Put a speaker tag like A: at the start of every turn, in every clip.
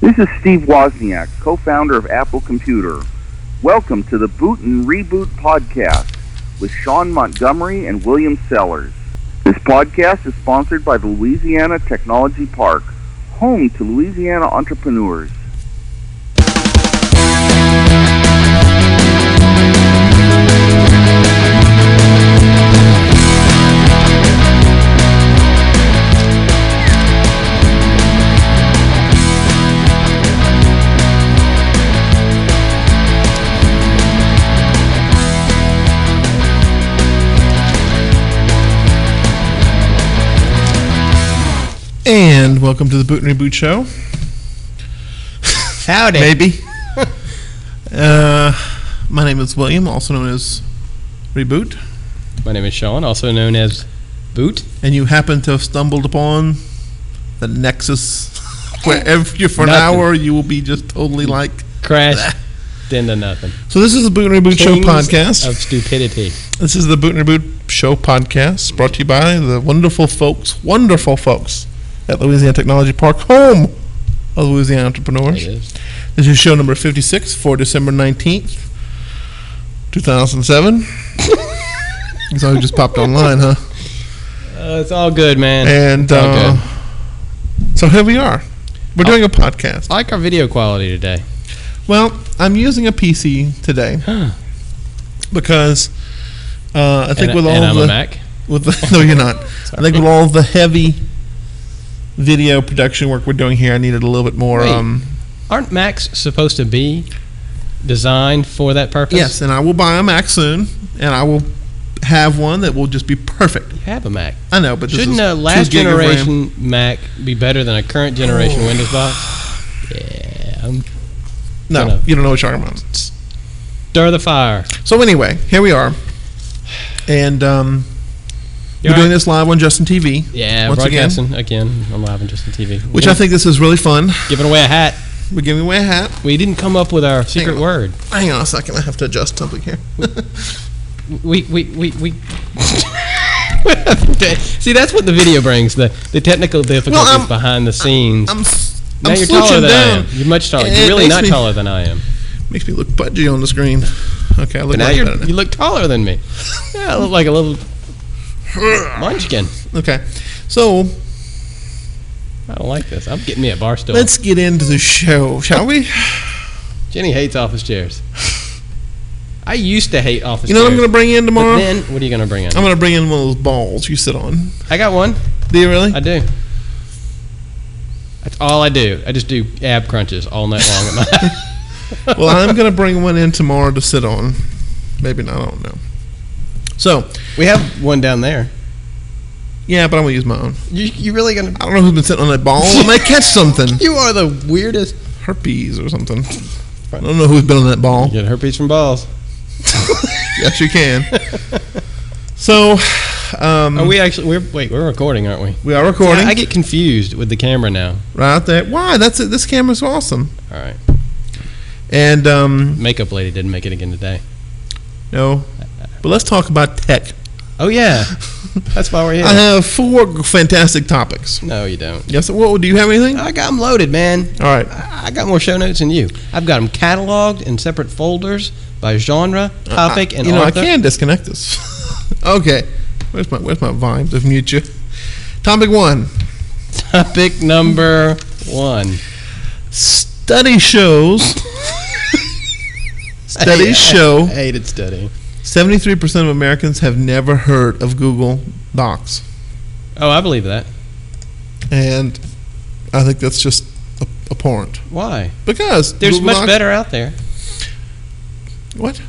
A: This is Steve Wozniak, co founder of Apple Computer. Welcome to the Boot and Reboot Podcast with Sean Montgomery and William Sellers. This podcast is sponsored by the Louisiana Technology Park, home to Louisiana entrepreneurs.
B: And welcome to the Boot and Reboot Show.
C: Howdy.
B: Maybe. uh, my name is William, also known as Reboot,
C: My name is Sean, also known as Boot.
B: and you happen to have stumbled upon the Nexus, where every, for an
C: Nothing.
B: hour you will be just totally like.
C: Crashed into nothing.
B: So this is the Boot and Reboot Show
C: Kings
B: podcast.
C: Of stupidity.
B: This is the Boot and Reboot Show podcast, brought to you by the wonderful folks, wonderful folks at Louisiana Technology Park, home of Louisiana
C: It
B: entrepreneurs.
C: is.
B: This is show number 56 for December 19th, 2007. it's only just popped online, huh?
C: Uh, it's all good, man.
B: And
C: It's all Oh.
B: uh,
C: good.
B: so here we are. We're doing a podcast.
C: I like our video quality today.
B: Well, I'm using a PC today
C: Huh.
B: because uh, I think
C: and
B: with
C: and
B: all
C: I'm a
B: the,
C: Mac.
B: with the no, you're not. I think with all the heavy video production work we're doing here, I needed a little bit more.
C: Wait.
B: Um,
C: Aren't Macs supposed to be designed for that purpose?
B: yes, and I will buy a Mac soon, and I will have one that will just be perfect.
C: You have a Mac.
B: I know, but this is
C: Shouldn't a
B: two
C: last
B: gig of RAM.
C: generation Mac be better than a current generation Windows box? Yeah. I'm-
B: No,
C: you know.
B: you don't know what you're talking about.
C: Stir the fire.
B: So anyway, here we are, and um,
C: You
B: we're doing
C: alright?
B: this live on Justin TV,
C: Yeah,
B: Once again.
C: broadcasting again. I'm live on Justin TV.
B: which I think this is really fun.
C: giving away a hat.
B: We're giving away a hat.
C: We didn't come up with our secret
B: on.
C: word.
B: Hang on a second, I have to adjust something here.
C: we we we we. See, that's what the video brings the the technical difficulties
B: I'm-
C: behind the scenes.
B: I'm s-
C: now
B: I'm
C: you're taller
B: slouching
C: than I
B: down.
C: am. You're much taller.
B: It-
C: You're
B: it
C: really
B: makes
C: not
B: me-
C: taller than I am.
B: Makes me look pudgy on the screen. Okay, I look
C: But now
B: much
C: you're,
B: better now.
C: you look taller than me. Yeah, I look like a little munchkin.
B: Okay, so
C: I don't like this. I'm getting me a bar stool.
B: let's get into the show, shall we?
C: Jenny hates office chairs. I used to hate office
B: You know what I'm
C: chairs.
B: going to bring in
C: but
B: tomorrow?
C: then, what are you going to bring in?
B: I'm going to bring in one of those balls you sit on.
C: I got one.
B: Do you really?
C: I do. That's all I do. I just do ab crunches all night long at my
B: well, I'm going to bring one in tomorrow to sit on. Maybe not. I don't know. So,
C: We have one down there.
B: yeah, but I'm going to use my own.
C: You you really gonna?
B: I don't know who's been sitting on that ball. I might catch something.
C: You are the weirdest.
B: Herpes or something. I don't know who's been on that ball.
C: Get herpes from balls.
B: Yes, you can. So, um,
C: Are we actually? We're wait. We're recording, aren't we?
B: we are recording
C: I, I get confused with the camera now.
B: right there. Why? That's it. This camera's awesome.
C: All right.
B: And um,
C: Makeup lady didn't make it again today.
B: no, but let's talk about tech.
C: Oh yeah. That's why we're here.
B: I have four g- fantastic topics.
C: no, you don't.
B: Yes. What do you have anything?
C: I got them loaded, man.
B: All right.
C: I I got more show notes than you. I've got them cataloged in separate folders by genre, topic,
B: I-
C: and
B: Uh-uh. Uh, you know
C: author.
B: I can disconnect this. okay, where's my where's my vines of mute you? Topic one:
C: Topic number one.
B: Study shows.
C: I- I-
B: Studies show
C: I hated studying.
B: seventy three percent of Americans have never heard of Google Docs,
C: Oh, I believe that.
B: and I think that's just a- abhorrent
C: Why?
B: because
C: There's
B: Google
C: much
B: Docs-
C: better out there.
B: What?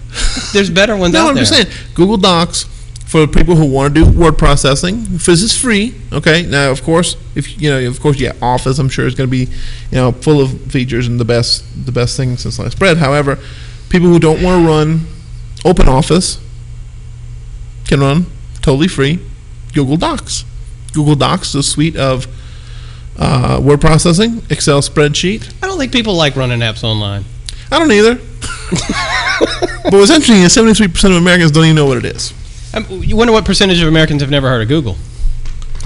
C: There's better ones
B: No,
C: out
B: I'm
C: there.
B: just saying Google Docs for people who want to do word processing. This is free. Okay. Now, of course, if you know, of course, yeah, Office, I'm sure is going to be, you know, full of features and the best, the best thing since sliced bread. However, people who don't want to run Open Office can run totally free Google Docs. Google Docs is a suite of uh, word processing, Excel spreadsheet.
C: I don't think people like running apps online.
B: I don't either. but what's interesting is 73% of Americans don't even know what it is.
C: Um, you wonder what percentage of Americans have never heard of Google.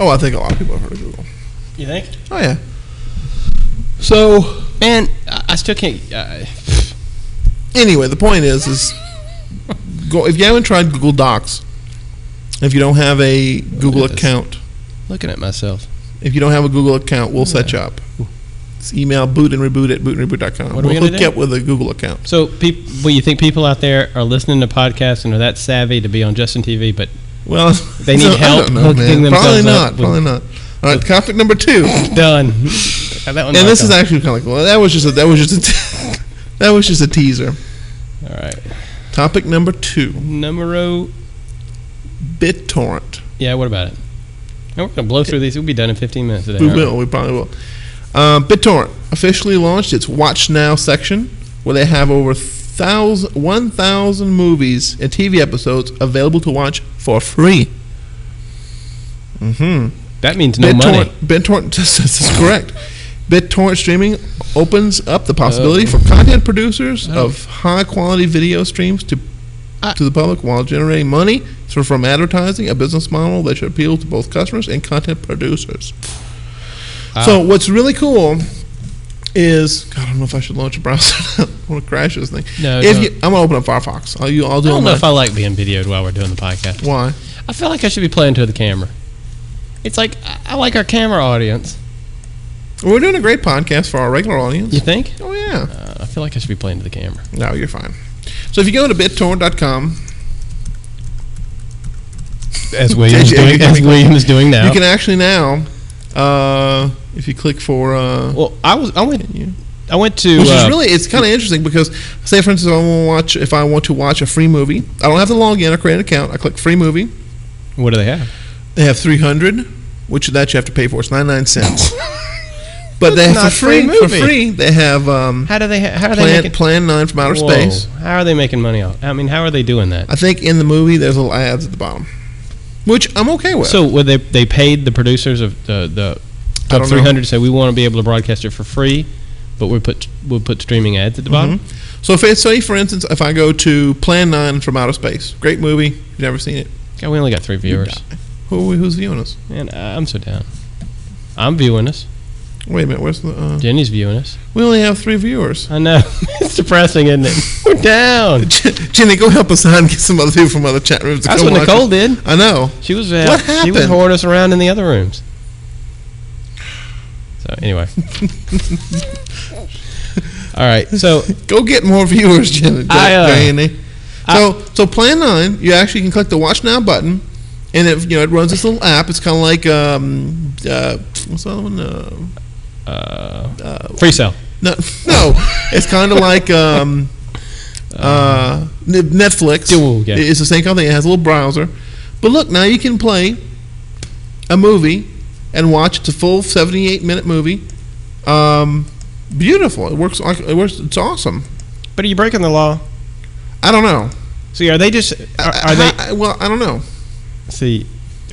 B: Oh, I think a lot of people have heard of Google.
C: You think?
B: Oh yeah. So
C: Man, I, I still can't. Uh,
B: Anyway, the point is, is go, if you haven't tried Google Docs, if you don't have a Google
C: at this.
B: account,
C: looking at myself.
B: if you don't have a Google account, we'll set you up. It's email boot and reboot at bootandreboot.com.
C: What are
B: we'll
C: we gonna
B: hook
C: do?
B: you up with a Google account.
C: So, peop well, you think people out there are listening to podcasts and are that savvy to be on Justin TV? But
B: Well,
C: They need
B: I
C: help
B: don't know,
C: hooking
B: man. Probably
C: themselves
B: not.
C: up with-
B: Probably not. All right, topic number two.
C: done. Got that one
B: and this is
C: knocked
B: actually kind of cool. That was just a, that was just a, that was just a teaser.
C: off. all right.
B: Topic number two:
C: Numero.
B: BitTorrent.
C: Yeah. What about it? And we're gonna blow through these. We'll be done in 15 minutes today.
B: We
C: aren't
B: will. We probably will. Uh, BitTorrent officially launched its Watch Now section, where they have over thousand, one thousand movies and TV episodes available to watch for free. Mm-hmm.
C: That means no money.
B: BitTorrent, BitTorrent, this, this is correct. BitTorrent streaming opens up the possibility for content producers
C: Oh.
B: of high quality video streams to
C: I-
B: to the public while generating money so from advertising, a business model that should appeal to both customers and content producers. so what's really cool is God, I don't know if I should launch a browser. I want to crash this thing.
C: No,
B: if
C: don't.
B: you, I'm gonna open up Firefox. I'll, you, I'll
C: I
B: do it.
C: don't know
B: online.
C: if I like being videoed while we're doing the podcast.
B: Why?
C: I feel like I should be playing to the camera. It's like I- I like our camera audience.
B: We're doing a great podcast for our regular audience.
C: You think?
B: Oh yeah.
C: Uh, I feel like I should be playing to the camera.
B: No, you're fine. So if you go to bittorrent.com,
C: As William is
B: As you-
C: doing, as William is doing now.
B: you can actually now, uh, if you click for, uh,
C: well, I was I went
B: you-
C: I went to
B: which is
C: uh,
B: really, it's kind of interesting because, say for instance, I want to watch if I want to watch a free movie, I don't have to log in or create an account. I click free movie.
C: what do they have?
B: They have 300, which that you have to pay for. It's 99 cents. but they
C: That's
B: have
C: not
B: for free,
C: free
B: for
C: movie.
B: free. They have um,
C: How do they ha- how are they
B: Plan
C: making
B: Plan Nine from Outer
C: Whoa.
B: Space.
C: How are they making money off? I mean, how are they doing that?
B: I think in the movie there's little ads at the bottom, which I'm okay with.
C: So were they they paid the producers of the the
B: I don't
C: Top
B: know.
C: 300 to say we want to be able to broadcast it for free, but we put we'll put streaming ads at the bottom.
B: So if it's, say for instance, if I go to Plan Nine from Outer Space, great movie, you've never seen it.
C: God, we only got three viewers.
B: Who are we, who's viewing us?
C: Man, I- I'm so down. I'm viewing us.
B: Wait a minute, where's the? Uh,
C: Jenny's viewing us.
B: we only have three viewers.
C: I know. it's depressing, isn't it? We're down.
B: Jenny, go help us out and get some other people from other chat rooms. To
C: That's
B: come
C: what
B: watch
C: Nicole
B: us.
C: did.
B: I know.
C: She was
B: What
C: out. She was
B: happened?
C: whoring us around in the other rooms. So anyway. All right. So
B: Go get more viewers, Jenny.
C: I, uh,
B: Jenny. So so Plan Nine, you actually can click the Watch Now button, and it you know it runs this little app. It's kind of like um uh, what's the other one? Uh,
C: uh,
B: uh,
C: free sale.
B: No, no. it's kind of like um, uh, N- Netflix.
C: Dual, yeah.
B: It's the same kind of thing. It has a little browser. But look, now you can play a movie and watch. It's a full 78 minute movie. Um, beautiful. It works. like- It works. It's awesome.
C: But are you breaking the law?
B: I don't know.
C: See, are they just are,
B: I-
C: are they
B: I- I- well, I don't know.
C: see,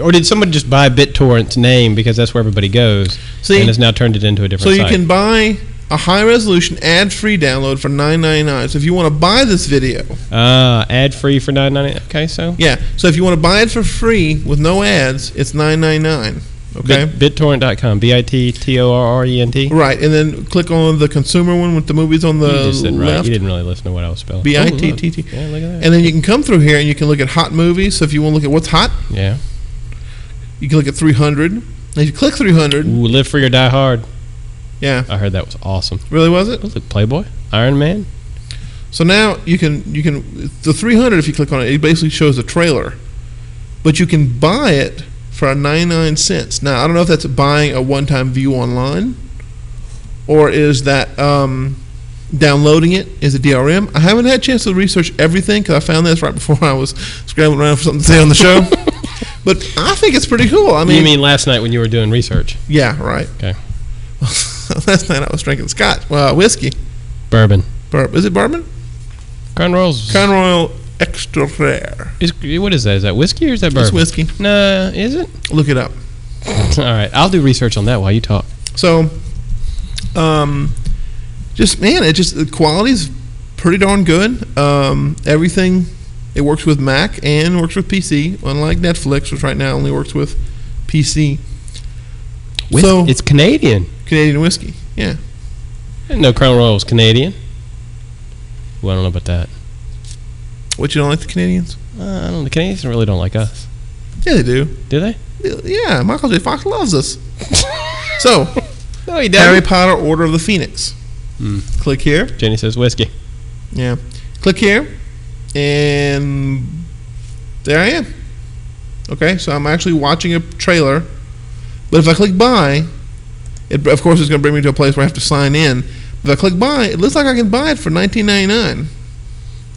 C: or did someone just buy BitTorrent's name because that's where everybody goes,
B: See,
C: and has now turned it into a different
B: So you
C: site?
B: can buy a high resolution ad free download for 9.99. So if you want to buy this video,
C: Ah, ad free for nine ninety. Okay, so
B: yeah. So if you want to buy it for free with no ads, it's 9.99. Okay.
C: Bit, BitTorrent.com, B-I-T-T-O-R-R-E-N-T.
B: Right, and then click on the consumer one with the movies on
C: You
B: the
C: just said right.
B: left.
C: You didn't really listen to what I was spelling.
B: B
C: Oh,
B: I
C: look.
B: T T T.
C: Yeah, look at that.
B: And then you can come through here and you can look at hot movies. So if you want to look at what's hot,
C: yeah.
B: you can look at 300. And if you click 300,
C: Ooh, live free or die hard.
B: yeah,
C: I heard that was awesome.
B: really was it?
C: Oh, look, Playboy, Iron Man.
B: So now you can you can the 300 if you click on it, it basically shows a trailer, but you can buy it for 99 cents. Now I don't know if that's buying a one-time view online, or is that um, downloading it? Is it DRM? I haven't had a chance to research everything because I found this right before I was scrambling around for something to say on the show. but I think it's pretty cool. I mean,
C: you mean last night when you were doing research?
B: yeah, right.
C: Okay.
B: Last night I was drinking scotch, well, whiskey.
C: Bourbon.
B: Bur- is it bourbon?
C: Crown Royals.
B: Crown Royal Extra Rare.
C: is, what is that? Is that whiskey or is that bourbon?
B: It's whiskey.
C: Nah, is it?
B: Look it up.
C: All right, I'll do research on that while you talk.
B: So, um, just man, it just the quality's pretty darn good. Um, everything it works with Mac and works with PC, unlike Netflix, which right now only works with PC.
C: Whis-
B: so
C: it's Canadian.
B: Canadian whiskey, yeah.
C: didn't know Crown Royal was Canadian. Well, I don't know about that.
B: What you don't like the Canadians?
C: Uh, I don't. The Canadians really don't like us,
B: Yeah, they do.
C: do they?
B: Yeah, Michael J. Fox loves us. so,
C: No, he
B: Harry Potter: Order of the Phoenix.
C: Hmm.
B: Click here.
C: Jenny says whiskey.
B: Yeah, click here, and there I am. Okay, so I'm actually watching a trailer, but if I click buy, it of course it's going to bring me to a place where I have to sign in. If I click buy, it looks like I can buy it for 19.99,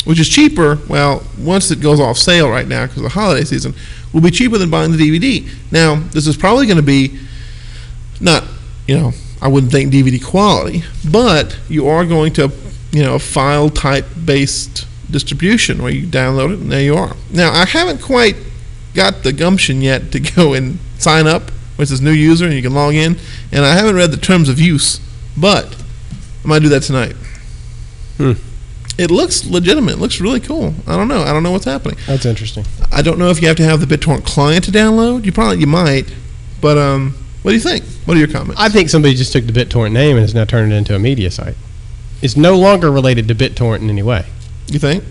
B: which is cheaper. Well, once it goes off sale right now because of the holiday season, will be cheaper than buying the DVD. Now, this is probably going to be not, you know, I wouldn't think DVD quality, but you are going to, you know, a file type based distribution where you download it and there you are. Now, I haven't quite got the gumption yet to go and sign up, which is new user and you can log in, and I haven't read the terms of use, but I might do that tonight.
C: Hmm.
B: It looks legitimate. It looks really cool. I don't know. I don't know what's happening.
C: That's interesting.
B: I don't know if you have to have the BitTorrent client to download. You probably you might, but um, what do you think? What are your comments?
C: I think somebody just took the BitTorrent name and has now turned it into a media site. It's no longer related to BitTorrent in any way.
B: You think?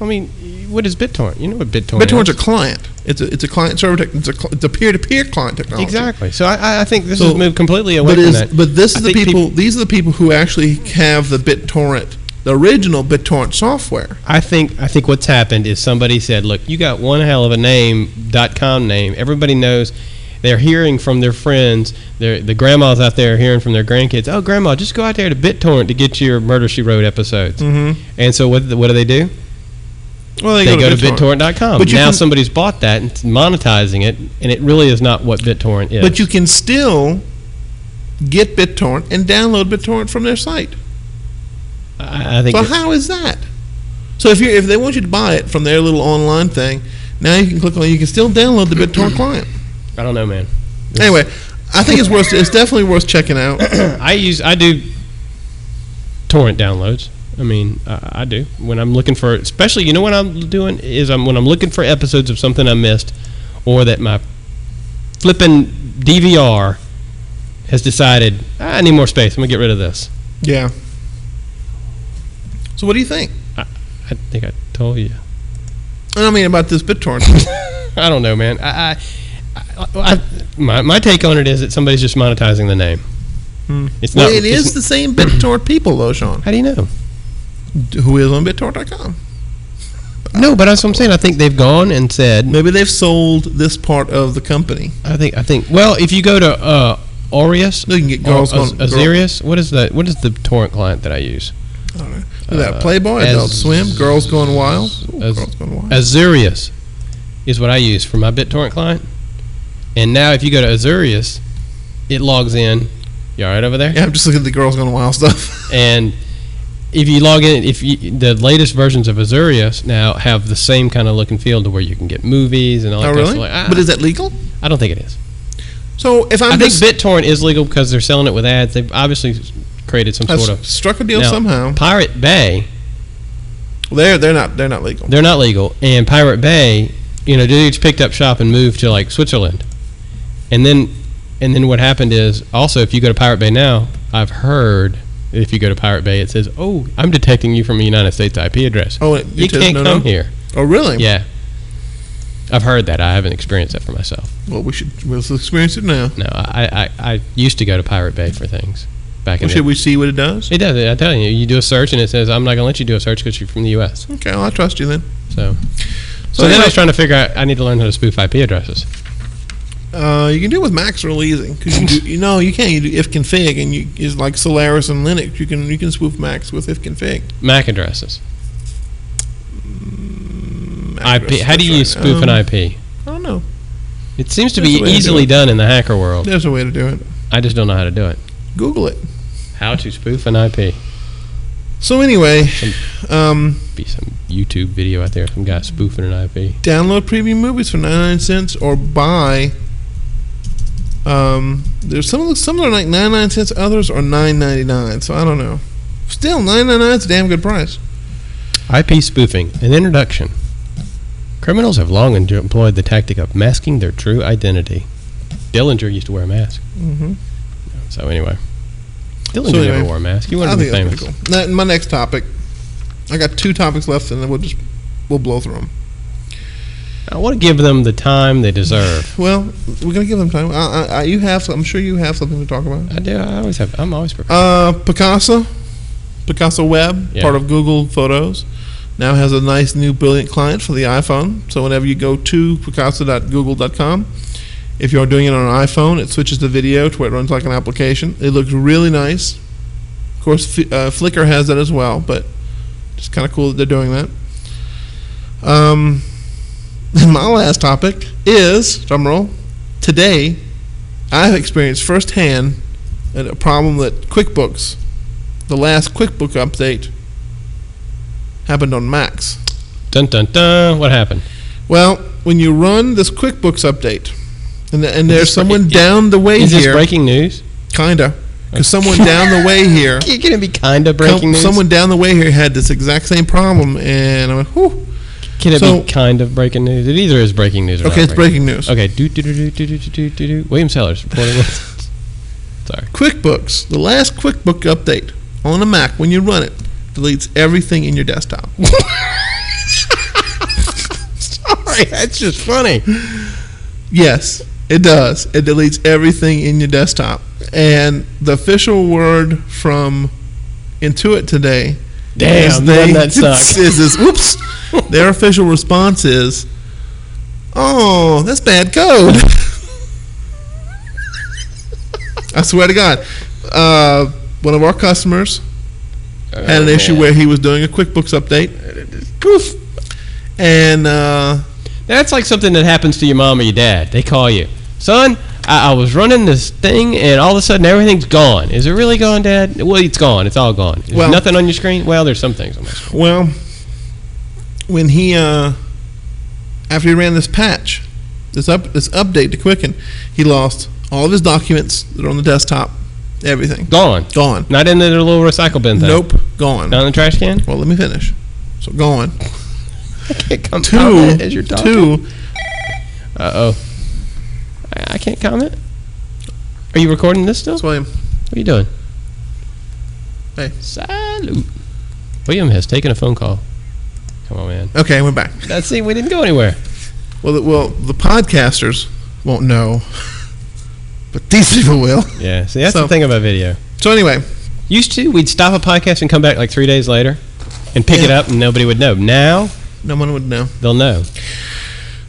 C: I mean, what is BitTorrent? You know what BitTorrent?
B: BitTorrent's a
C: is.
B: client. It's a it's a client server. Tech, it's a cl- it's a peer to peer client technology.
C: exactly. So I- I, I think this
B: So-
C: has moved completely away
B: But
C: from
B: is
C: that.
B: but this
C: I
B: is the
C: think
B: people, These are the people who actually have the BitTorrent, the original BitTorrent software.
C: I think I think what's happened is somebody said, "Look, you got one hell of a name dot com name. Everybody knows. They're hearing from their friends. Their the grandmas out there are hearing from their grandkids. Oh, grandma, just go out there to BitTorrent to get your Murder She Wrote episodes.
B: Mm-hmm.
C: And so what what do they do?
B: Well,
C: They, go, to BitTorrent.com.
B: But you
C: now
B: can-
C: somebody's bought that and it's monetizing it, and it really is not what BitTorrent is.
B: But you can still get BitTorrent and download BitTorrent from their site.
C: I, I think
B: So
C: it-
B: how is that? So if you if they want you to buy it from their little online thing, now you can click on. You can still download the BitTorrent client.
C: I don't know, man.
B: Anyway, I think it's worth. It's definitely worth checking out.
C: I use I do torrent downloads. I mean, I, I do when I'm looking for, especially you know what I'm doing is I'm when I'm looking for episodes of something I missed, or that my flipping DVR has decided "Ah, I need more space. I'm gonna get rid of this.
B: Yeah. So what do you think?
C: I think I told you.
B: I mean about this BitTorrent.
C: I don't know, man. I, I, I, I my, my take on it is that somebody's just monetizing the name.
B: Hmm.
C: It's
B: well,
C: not.
B: it
C: it's-
B: is the same BitTorrent people though, Sean.
C: How do you know?
B: Who is on BitTorrent.com?
C: No, but that's what I'm saying. I think they've gone and said
B: Maybe they've sold this part of the company.
C: I think I think. Well, if you go to uh, Aureus,
B: You can get
C: or
B: girls
C: Oh, Az-
B: on
C: Azirius, what is the what is the torrent client that I use?
B: I don't know. Look at that
C: Uh,
B: Playboy, Adult
C: as-
B: Swim, Girls Gone Wild. Ooh,
C: as-
B: Girls Gone Wild.
C: Azirius is what I use for my BitTorrent client. And now, if you go to Azirius, it logs in. You all right over there?
B: yeah, I'm just looking at the Girls Gone Wild stuff.
C: And if you log in, if you, the latest versions of Azirius now have the same kind of look and feel to where you can get movies and all
B: oh,
C: that
B: really?
C: kind of stuff.
B: but is that legal?
C: I don't think it is.
B: So if I'm
C: I think
B: just
C: BitTorrent is legal because they're selling it with ads. They've obviously created some
B: I've
C: sort of
B: struck a deal
C: Now-
B: somehow,
C: Pirate Bay.
B: they're they're not they're not legal.
C: They're not legal, and Pirate Bay, you know, dudes picked up shop and moved to like Switzerland, and then, and then what happened is also if you go to Pirate Bay now, I've heard that if you go to Pirate Bay, it says, "Oh, I'm detecting you from a United States IP address.
B: Oh, it,
C: you
B: it says
C: can't
B: no,
C: come
B: no.
C: here."
B: Oh, really?
C: Yeah, I've heard that. I haven't experienced that for myself.
B: Well, we should we'll experience it now.
C: No, I, I, I used to go to Pirate Bay for things back in
B: Well,
C: the
B: should we see what it does?
C: It does. I tell you, you do a search and it says, "I'm not going to let you do a search because you're from the U.S."
B: Okay, well, I trust you then.
C: So, so,
B: So,
C: then I
B: anyway,
C: was trying to figure out. I need to learn how to spoof IP addresses.
B: uh, you can do it with Max real easy because you, do- you know you can you do if config and you is like Solaris and Linux. You can you can spoof Max with if config.
C: MAC addresses.
B: Mac
C: IP. How do you
B: address,
C: spoof
B: um,
C: an IP?
B: I don't know.
C: It seems to be
B: there's a way to do
C: easily
B: it.
C: done in the hacker world.
B: There's a way to do it.
C: I just don't know how to do it.
B: Google it.
C: How to spoof an IP?
B: So anyway, um,
C: Be some YouTube video out there, some guy spoofing an IP.
B: download premium movies for 99 cents or buy. Um, there's some of the- some are like 99 cents, others are 9.99. So I don't know. Still 9.99 is a damn good price.
C: IP spoofing. An introduction. Criminals have long enjo- employed the tactic of masking their true identity. Dillinger used to wear a mask.
B: Mm-hmm.
C: So anyway, Dylan
B: So
C: never
B: anyway,
C: wore a mask. He
B: I
C: wanted to be
B: think that's
C: famous.
B: pretty cool. Now, my next topic. I got two topics left, and then we'll just we'll blow through them.
C: I want to give them the time they deserve.
B: Well, we're gonna give them time. I, I, I, you have, I'm sure you have something to talk about.
C: I do. I always have. I'm always prepared.
B: Uh, Picasso, Picasso Web,
C: Yeah.
B: part of Google Photos, now has a nice new brilliant client for the iPhone. So whenever you go to picasso.google.com, if you're doing it on an iPhone, it switches the video to where it runs like an application. It looks really nice. Of course, F- uh, Flickr has that as well, but it's kind of cool that they're doing that. Um, my last topic is drumroll. Today, I've experienced firsthand a a problem that QuickBooks, the last QuickBook update, happened on Macs.
C: Dun dun dun. What happened?
B: Well, when you run this QuickBooks update, and, th- and
C: Is
B: there's
C: this
B: someone
C: breaking-
B: down the way
C: Is this
B: here,
C: breaking news?
B: kinda, because someone down the way here,
C: You're gonna be kind of breaking
B: com-
C: news.
B: someone down the way here had this exact same problem, and I went, whew.
C: Can it
B: so-
C: be kind of breaking news? It either is breaking news or
B: Okay,
C: not
B: it's breaking news.
C: Okay. Do do do do do do do do do. do. William Sellers reporting. with- Sorry.
B: QuickBooks, the last QuickBook update on a Mac, when you run it, deletes everything in your desktop.
C: Sorry. That's just funny.
B: Yes, it does. It deletes everything in your desktop. And the official word from Intuit today
C: Damn. Doesn't that suck?
B: is this, oops. Their official response is, "Oh, that's bad code." I swear to God, uh, one of our customers had
C: Oh,
B: an issue where he was doing a QuickBooks update,
C: Poof.
B: and uh,
C: That's like something that happens to your mom or your dad. They call you, son. I, I was running this thing, and all of a sudden everything's gone. Is it really gone, Dad? Well, it's gone. It's all gone. There's
B: Well-
C: nothing on your screen. Well, there's some things on my screen.
B: Well, when he uh, after he ran this patch, this up this update to Quicken, he lost all of his documents that are on the desktop, everything
C: Gone.
B: gone.
C: Not in the little recycle bin thing.
B: Nope, gone.
C: Not in the trash can.
B: Well, let me finish. So gone.
C: can't comment
B: Two,
C: as you're talking.
B: two.
C: Uh oh. I, I can't comment. Are you recording this still?
B: That's
C: What
B: William.
C: are you doing?
B: Hey.
C: Salute. William has taken a phone call. Come on, man.
B: Okay, we're back.
C: That's it. We didn't go anywhere.
B: Well, the, well, the podcasters won't know, but these people will.
C: Yeah. See, that's
B: So-
C: the thing about video.
B: So anyway,
C: Used to, we'd stop a podcast and come back like three days later and pick it
B: Yeah.
C: up and nobody would know. Now,
B: no one would know.
C: they'll know.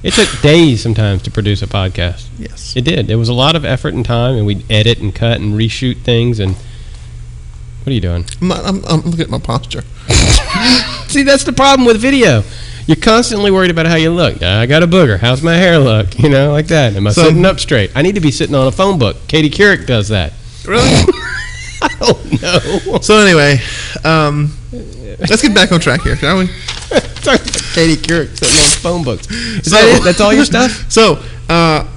C: It took days sometimes to produce a podcast.
B: Yes.
C: It did. There was a lot of effort and time, and we'd edit and cut and reshoot things. And what are you doing?
B: I'm, not, I'm, I'm looking at my posture.
C: See, that's the problem with video. You're constantly worried about how you look. I got a booger. How's my hair look? You know, like that. Am I
B: So-
C: sitting up straight? I need to be sitting on a phone book. Katie Couric does that.
B: Really?
C: I don't know.
B: So anyway, um, let's get back on track here, shall we?
C: Katie Couric sitting on phone books. Is
B: So-
C: that it? That's all your stuff?
B: So uh,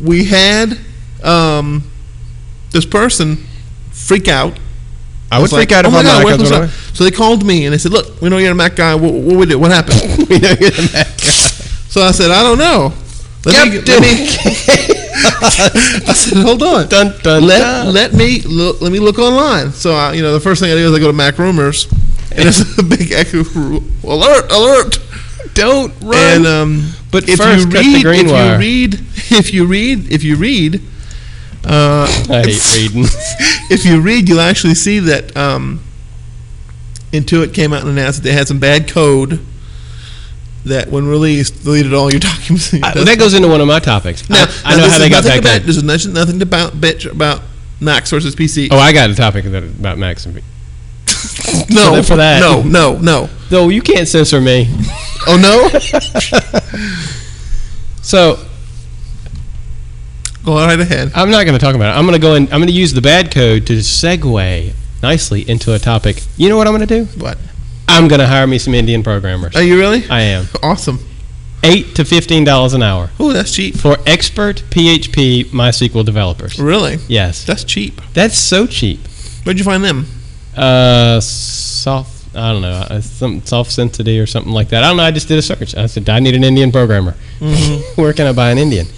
B: we had um, this person freak out.
C: I would
B: It's
C: freak
B: like,
C: out if
B: "Oh my
C: I'm
B: God,
C: not
B: where's
C: comes
B: my
C: over.
B: stuff?" So they called me and they said, "Look, we know you're a Mac guy. What, what we do? What happened?"
C: We know you're the Mac guy.
B: so I said, "I don't know." Let me- let me- I said, "Hold on."
C: dun dun
B: let,
C: dun.
B: let me look, let me look online. So I, you know, the first thing I do is I go to Mac Rumors, and there's a big echo alert, alert.
C: don't run.
B: And um,
C: But
B: if
C: first,
B: you
C: cut the
B: read,
C: green
B: if
C: wire.
B: you read, if you read, if you read, uh,
C: I hate reading.
B: if you read, you'll actually see that um, Intuit came out and announced that they had some bad code that, when released, deleted all your documents.
C: I- well, uh, that goes into one of my topics. I-
B: Now,
C: I,
B: now
C: know
B: this
C: how
B: is
C: they got
B: nothing
C: back
B: about,
C: then.
B: There's nothing, nothing about bitch about Macs versus PC.
C: Oh, I got a topic that, about Max and
B: no,
C: Oh, for that.
B: no, no, no.
C: No, you can't censor me.
B: Oh no.
C: So
B: Go right ahead.
C: I'm not going to talk about it. I'm going to go in. I'm going to use the bad code to segue nicely into a topic. You know what I'm going to do?
B: What?
C: I'm going to hire me some Indian programmers.
B: Are you really?
C: I am
B: Awesome.
C: eight to fifteen dollars an hour
B: Oh, that's cheap.
C: for expert PHP MySQL developers.
B: Really?
C: Yes,
B: That's cheap.
C: that's so cheap.
B: Where'd you find them?
C: Uh, soft. I don't know. uh, Some soft sensitivity or something like that. I don't know. I just did a search. I said I need an Indian programmer. Where can I buy an Indian?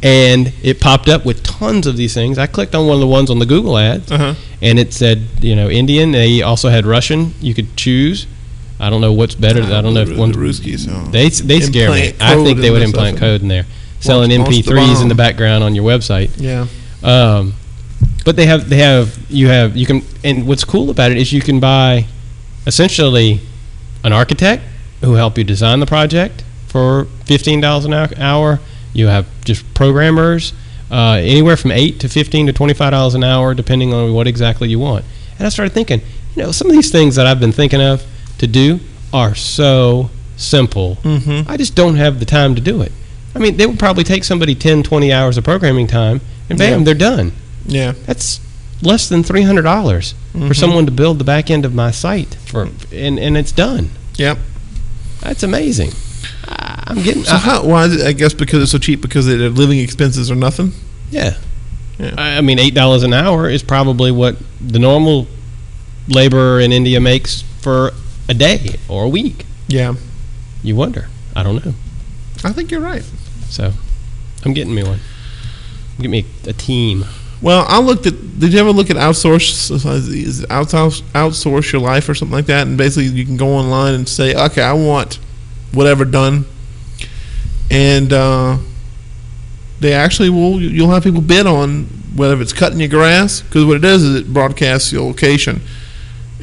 C: And it popped up with tons of these things. I clicked on one of the ones on the Google ads,
B: Uh huh.
C: and it said you know Indian. They also had Russian. You could choose. I don't know what's better. I don't know if
B: The
C: one.
B: Ruskies. oh.
C: They they scare me.
B: Implant
C: I
B: code
C: think they
B: in
C: would
B: this
C: implant
B: stuff.
C: code in there, selling
B: Launch- launch the
C: MP3s in
B: bomb.
C: the background on your website.
B: yeah.
C: Um, but they have they have you have you can and what's cool about it is you can buy essentially an architect who help you design the project for fifteen dollars an hou- hour. You have just programmers uh, anywhere from eight to fifteen to twenty five dollars an hour, depending on what exactly you want. And I started thinking, you know, some of these things that I've been thinking of to do are so simple.
B: Mm-hmm.
C: I just don't have the time to do it. I mean, they would probably take somebody 10, 20 hours of programming time, and bam,
B: Yeah.
C: they're done.
B: Yeah.
C: That's less than three hundred dollars for
B: Mhm.
C: someone to build the back end of my site for, and and it's done.
B: Yep.
C: That's amazing. I- I'm getting.
B: So
C: I-
B: how? Why? Is it, I guess because it's so cheap. Because their living expenses are nothing.
C: Yeah.
B: Yeah.
C: I, I mean, eight dollars an hour is probably what the normal laborer in India makes for a day or a week.
B: Yeah.
C: You wonder. I don't know.
B: I think you're right.
C: So, I'm getting me one. Get me a team.
B: Well, I looked at. Did you ever look at outsource? Is it outsource outsource your life or something like that? And basically, you can go online and say, "Okay, I want whatever done," and uh, they actually will. You'll have people bid on whether it's cutting your grass because what it does is it broadcasts your location,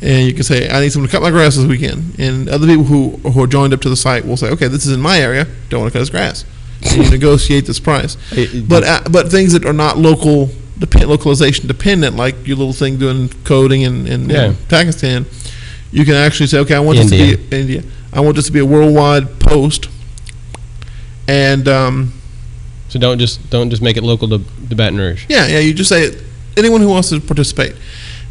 B: and you can say, "I need someone to cut my grass this weekend," and other people who who are joined up to the site will say, "Okay, this is in my area. Don't want to cut his grass." and you negotiate this price.
C: It- it-
B: But uh, but things that are not local depend, localization dependent, like your little thing doing coding in, in,
C: Yeah.
B: in Pakistan, you can actually say, okay, I want this
C: India.
B: to be India. I want this to be a worldwide post, and um,
C: So don't just don't just make it local to, to Baton Rouge.
B: yeah, yeah, you just say anyone who wants to participate,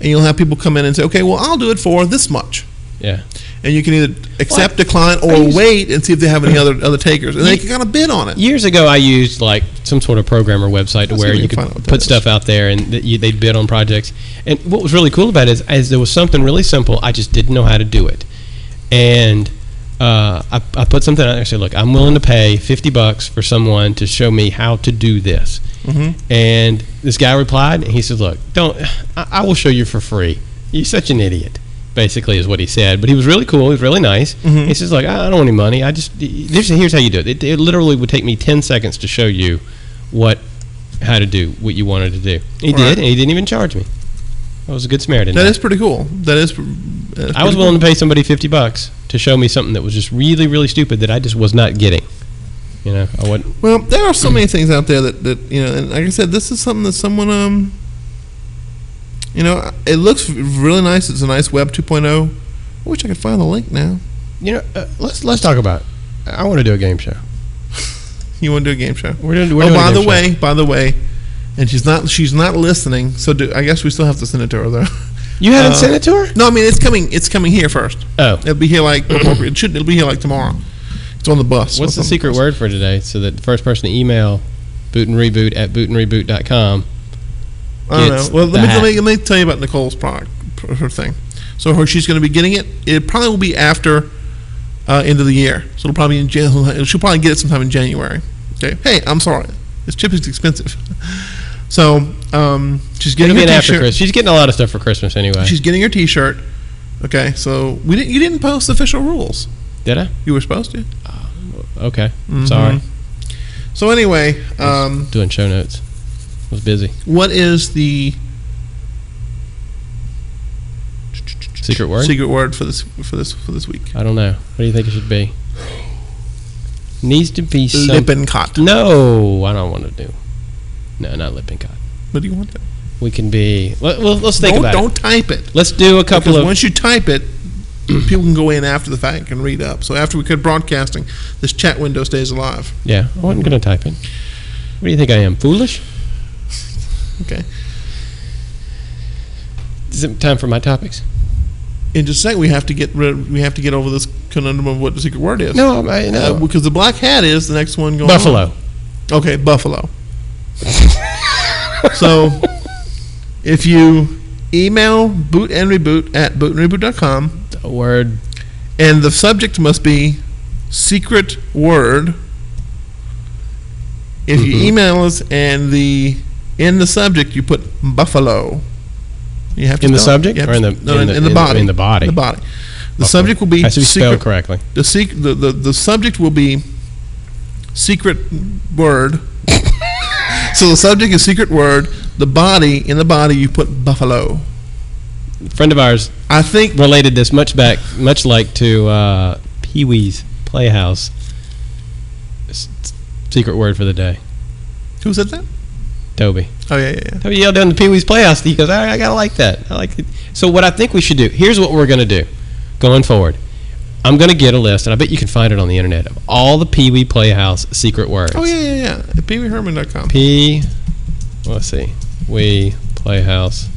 B: and you'll have people come in and say, okay, well, I'll do it for this much.
C: Yeah.
B: And you can either accept, decline,
C: I
B: or
C: used-
B: wait and see if they have any other other takers, and they can kind of bid on it.
C: Years ago, I used like some sort of programmer website to
B: Let's see
C: where
B: if we can
C: you could
B: find out what
C: put
B: that
C: stuff out there and that you, they'd bid on projects. And what was really cool about it is, is there was something really simple. I just didn't know how to do it, and uh, I, I put something out there. and said, "Look, I'm willing to pay 50 bucks for someone to show me how to do this."
B: Mm-hmm.
C: And this guy replied, and he said, "Look, don't. I, I will show you for free. You're such an idiot." Basically, is what he said. But he was really cool. He was really nice.
B: Mhm.
C: He says, "Like, I I don't want any money. I just this, here's how you do it. it. It literally would take me ten seconds to show you what how to do what you wanted to do." He
B: Right.
C: did, and he didn't even charge me. I was a good Samaritan.
B: That is pretty cool. That is. pr- that's
C: I was
B: pretty
C: willing
B: cool.
C: to pay somebody fifty bucks to show me something that was just really, really stupid that I just was not getting. You know, I wasn't.
B: Well, there are so many things out there that, that you know, and like I said, this is something that someone, um, you know, it looks really nice. It's a nice Web 2.0. I wish I could find the link now.
C: You know, uh, let's let's talk about. It. I want to do a game show.
B: You want to do a game show?
C: We're doing. We're
B: Oh,
C: doing a
B: by
C: game
B: the
C: show.
B: way, by the way, and she's not she's not listening. So do, I guess we still have to send it to her though.
C: You haven't
B: Uh,
C: sent it to her?
B: No, I mean it's coming. It's coming here first.
C: Oh.
B: It'll be here like it should. It'll be here like tomorrow. It's on the bus.
C: What's
B: It's on
C: the secret
B: bus.
C: word for today? So that the first person to email boot and reboot at bootandreboot.com.
B: I don't
C: It's
B: know. Well, let me, let
C: that.
B: me let me tell you about Nicole's product, her thing. So her, she's going to be getting it. It probably will be after uh, end of the year. So it'll probably be in Jan- she'll probably get it sometime in January. Okay. Hey, I'm sorry. This chip is expensive. So um, she's
C: It'll
B: getting
C: be an
B: her
C: after
B: t-shirt.
C: Christmas. She's getting a lot of stuff for Christmas anyway.
B: She's getting her t-shirt. Okay. So we didn't. You didn't post official rules.
C: Did I?
B: You were supposed to.
C: Okay. Sorry.
B: So anyway, um,
C: Doing show notes. Was busy.
B: what is the
C: Secret word?
B: secret word for this for this for this week?
C: I don't know. What do you think it should be? Needs to be something.
B: Lippincott.
C: No, I don't want to do. No, not Lippincott.
B: What do you want?
C: We can be. Let, well, let's think
B: don't,
C: about
B: don't type it.
C: it. Let's do a couple
B: Because
C: of.
B: once you type it, people can go in after the fact and read up. So after we quit broadcasting, this chat window stays alive.
C: Yeah, I wasn't going to type it. What do you think I am? Foolish?
B: Okay.
C: Is it time for my topics?
B: In just a second, we have to get rid. We have to get over this conundrum of what the secret word is.
C: No, I'm- I,
B: Uh,
C: no.
B: because the black hat is the next one going.
C: Buffalo.
B: on. Okay, buffalo. so, if you email boot and reboot at bootandreboot.com,
C: A word.
B: and the subject must be secret word. If
C: Mm-hmm.
B: you email us and the in the subject you put buffalo, You have to
C: In the
B: spell it.
C: subject
B: You have
C: or in
B: to-
C: the-
B: no,
C: in
B: in,
C: the-
B: in the
C: in the-
B: body
C: in the body?
B: the body. The
C: Okay.
B: subject will be
C: Has to be spelled
B: secret.
C: correctly.
B: The, sec- the, the the subject will be secret word. so the subject is secret word. The body in the body you put buffalo.
C: A friend of ours
B: I think
C: related this much back, much like to uh, Pee Wee's Playhouse. S- s- Secret word for the day,
B: who said that?
C: Toby.
B: Oh yeah, yeah, yeah.
C: Toby yelled down to Pee Wee's Playhouse. He goes, I, I gotta like that. I like it. So what I think we should do. Here's what we're gonna do, going forward. I'm gonna get a list, and I bet you can find it on the internet of all the Pee Wee Playhouse secret words.
B: Oh yeah, yeah, yeah. At PeeWeeHerman.com.
C: P. Let's see. We Playhouse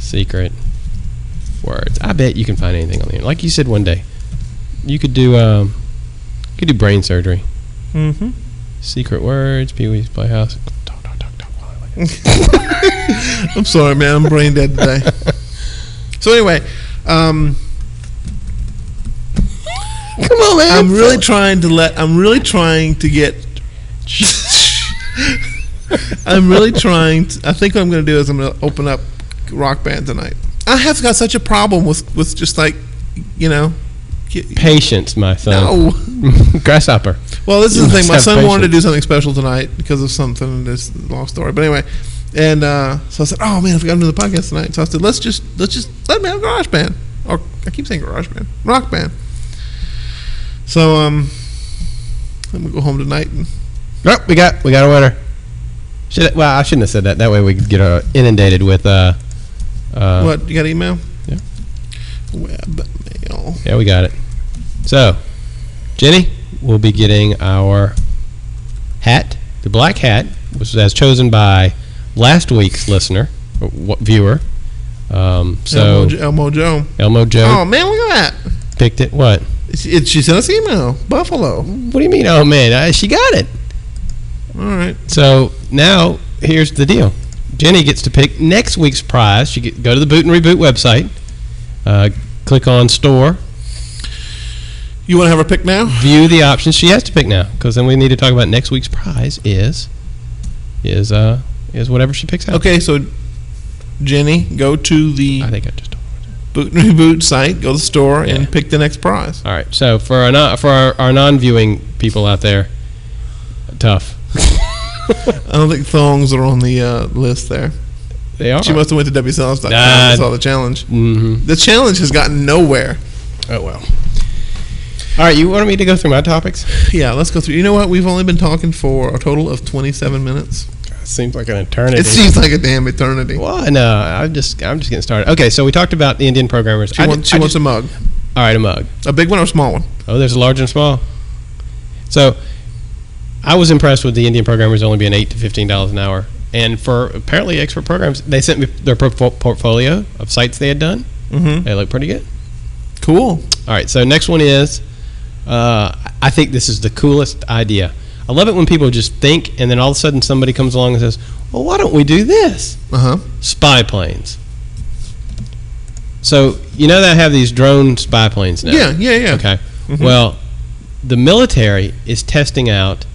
C: Secret Words. I bet you can find anything on the internet. Like you said one day, you could do um, you could do brain surgery.
B: Mm-hmm.
C: Secret words. Pee Wee's Playhouse. Talk, talk, talk, talk.
B: I'm sorry, man. I'm brain dead today. so anyway, um,
C: Come on, man.
B: I'm really trying to let. I'm really trying to get. I'm really trying. To, I think what I'm going to do is I'm going to open up Rock Band tonight. I have got such a problem with with just like, you know. get-
C: Patience, my son.
B: No.
C: Grasshopper.
B: Well, this
C: You
B: is the thing.
C: must
B: My
C: have
B: son wanted to
C: patience.
B: do something special tonight because of something. This is a long story, but anyway, and uh, so I said, "Oh man, I forgot to do the podcast tonight." So I said, "Let's just let's just let me have Garage Band." Or I keep saying Garage Band, Rock Band. So um, I'm gonna go home tonight and
C: Oh, we got we got a winner. Should well, I shouldn't have said that. That way we could get uh, inundated with uh, uh,
B: What you got email?
C: Yeah.
B: Web mail.
C: Yeah, we got it. So, Jenny will be getting our hat. The black hat was as chosen by last week's listener, or wh- viewer. Um, so
B: Elmo, Jo- Elmo Joe.
C: Elmo
B: Oh
C: Joe
B: man, look at that!
C: picked it. What?
B: It's, it, she sent us email. Buffalo. All
C: What do you mean? Oh man, uh, she got it.
B: right.
C: So now here's the deal. Jenny gets to pick next week's prize. She get, go to the Boot and Reboot website, uh, click on store,
B: You want to have her pick now?
C: view the options she has to pick now because then we need to talk about next week's prize is is uh is whatever she picks out.
B: Okay, so Jenny, go to the
C: I think I just
B: boot and reboot site, go to the store, and pick the next prize.
C: all right. So for our non, for our, our non-viewing people out there, tough.
B: I don't think thongs are on the uh, list there.
C: They are.
B: She must have went to WSLs.com
C: Nah.
B: and saw the challenge.
C: hmm
B: The challenge has gotten nowhere.
C: Oh well. All right, you wanted me to go through my topics.
B: Yeah, let's go through. You know what? We've only been talking for a total of 27 minutes.
C: Seems like an eternity.
B: It seems like a damn eternity.
C: well, no, I'm just I'm just getting started. Okay, so we talked about the Indian programmers.
B: She,
C: I
B: wants,
C: ju-
B: she
C: I
B: wants a
C: just-
B: mug.
C: all right, a mug.
B: A big one or a small one?
C: Oh, there's a large and small. So, I was impressed with the Indian programmers only being eight to fifteen dollars an hour, and for apparently expert programs, they sent me their pro- portfolio of sites they had done.
B: Mm-hmm.
C: They look pretty good.
B: Cool.
C: All right, so next one is, uh, I think this is the coolest idea. I love it when people just think, and then all of a sudden somebody comes along and says, "Well, why don't we do this?"
B: Uh huh.
C: Spy planes. So you know they have these drone spy planes now.
B: Yeah, yeah, yeah.
C: Okay.
B: Mhm.
C: Well, the military is testing out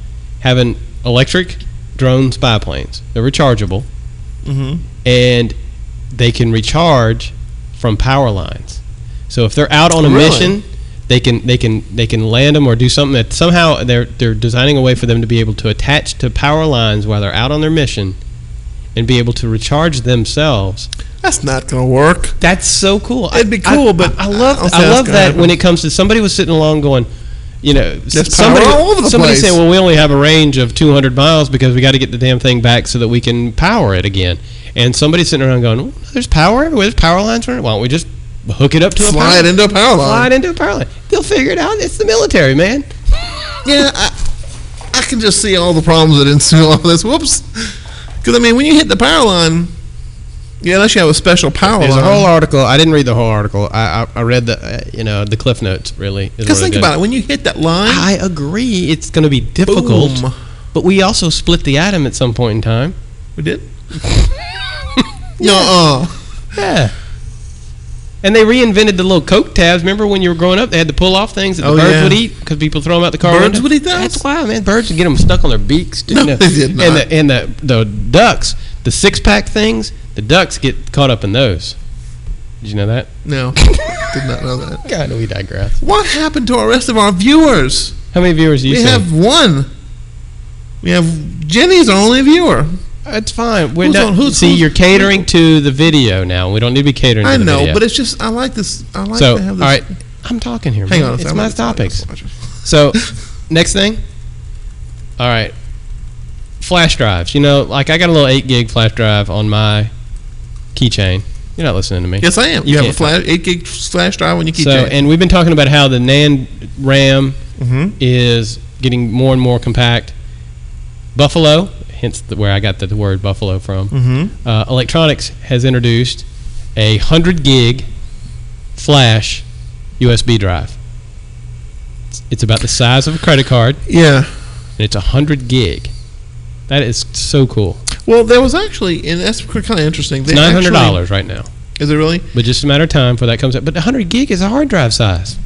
C: having electric drone spy planes. They're rechargeable,
B: Mm-hmm.
C: and they can recharge from power lines. So if they're out on a
B: Really?
C: mission, they can they can they can land them or do something that somehow they're they're designing a way for them to be able to attach to power lines while they're out on their mission, and be able to recharge themselves
B: That's not going to work.
C: that's so cool.
B: It'd be
C: I-
B: cool,
C: I-
B: but
C: I love
B: I don't see
C: I
B: how
C: love
B: it's gonna
C: that
B: happen.
C: when it comes to somebody was sitting along going, you know, s-
B: There's power
C: somebody
B: all over the
C: somebody
B: place.
C: saying, well, we only have a range of 200 miles because we got to get the damn thing back so that we can power it again. And somebody sitting around going, well, there's power everywhere. There's power lines running. Why don't we just hook it up to a
B: Slide
C: power
B: into a power line.
C: Slide into a power line. They'll figure it out. It's the military, man.
B: Yeah, I, I can just see all the problems that ensue off this. Whoops. Because, I mean, when you hit the power line, yeah, unless you have a special power
C: There's a whole
B: line.
C: article. I didn't read the whole article. I I, I read the uh, you know the cliff notes really.
B: Because think about it. When you hit that line,
C: I agree. It's going to be difficult.
B: boom.
C: But we also split the atom at some point in time.
B: We did? No, uh.
C: Yeah. And they reinvented the little Coke tabs. Remember when you were growing up, they had to pull off things that the
B: Oh,
C: birds
B: yeah.
C: would eat because people throw them out the car.
B: Birds
C: window?
B: would eat those?
C: That's why, man. Birds would get them stuck on their beaks.
B: No, they did
C: And
B: not.
C: the, and the, the ducks, the six pack things, the ducks get caught up in those. Did you know that?
B: No, did not know that.
C: God, we digress.
B: What happened to our rest of our viewers?
C: How many viewers do you
B: we
C: say?
B: have one. We have Jenny's our only viewer.
C: It's fine. We're
B: Who's
C: not,
B: on- who's-
C: see,
B: who's-
C: you're catering to the video now. We don't need to be catering
B: I
C: to the
B: know,
C: video.
B: but it's just I like this. I like
C: so,
B: to have
C: all
B: this.
C: right. I'm talking here.
B: Hang
C: man.
B: on, a
C: It's
B: second.
C: my topics. So, next thing. All right. Flash drives. You know, like I got a little 8 gig flash drive on my keychain. You're not listening to me.
B: Yes, I am.
C: You
B: You, have a
C: can't
B: flash, eight gig flash drive on your
C: So,
B: keychain.
C: and we've been talking about how the NAND RAM
B: Mhm.
C: is getting more and more compact. Buffalo, hence the, where I got the word Buffalo from.
B: Mhm.
C: Uh, Electronics has introduced a hundred gig flash USB drive. It's- It's about the size of a credit card,
B: yeah.
C: and it's hundred gig. That is so cool.
B: Well, there was actually, and that's kind of interesting.
C: It's nine hundred dollars right now,
B: Is it really?
C: but just a matter of time before that comes up. But hundred gig is a hard drive size.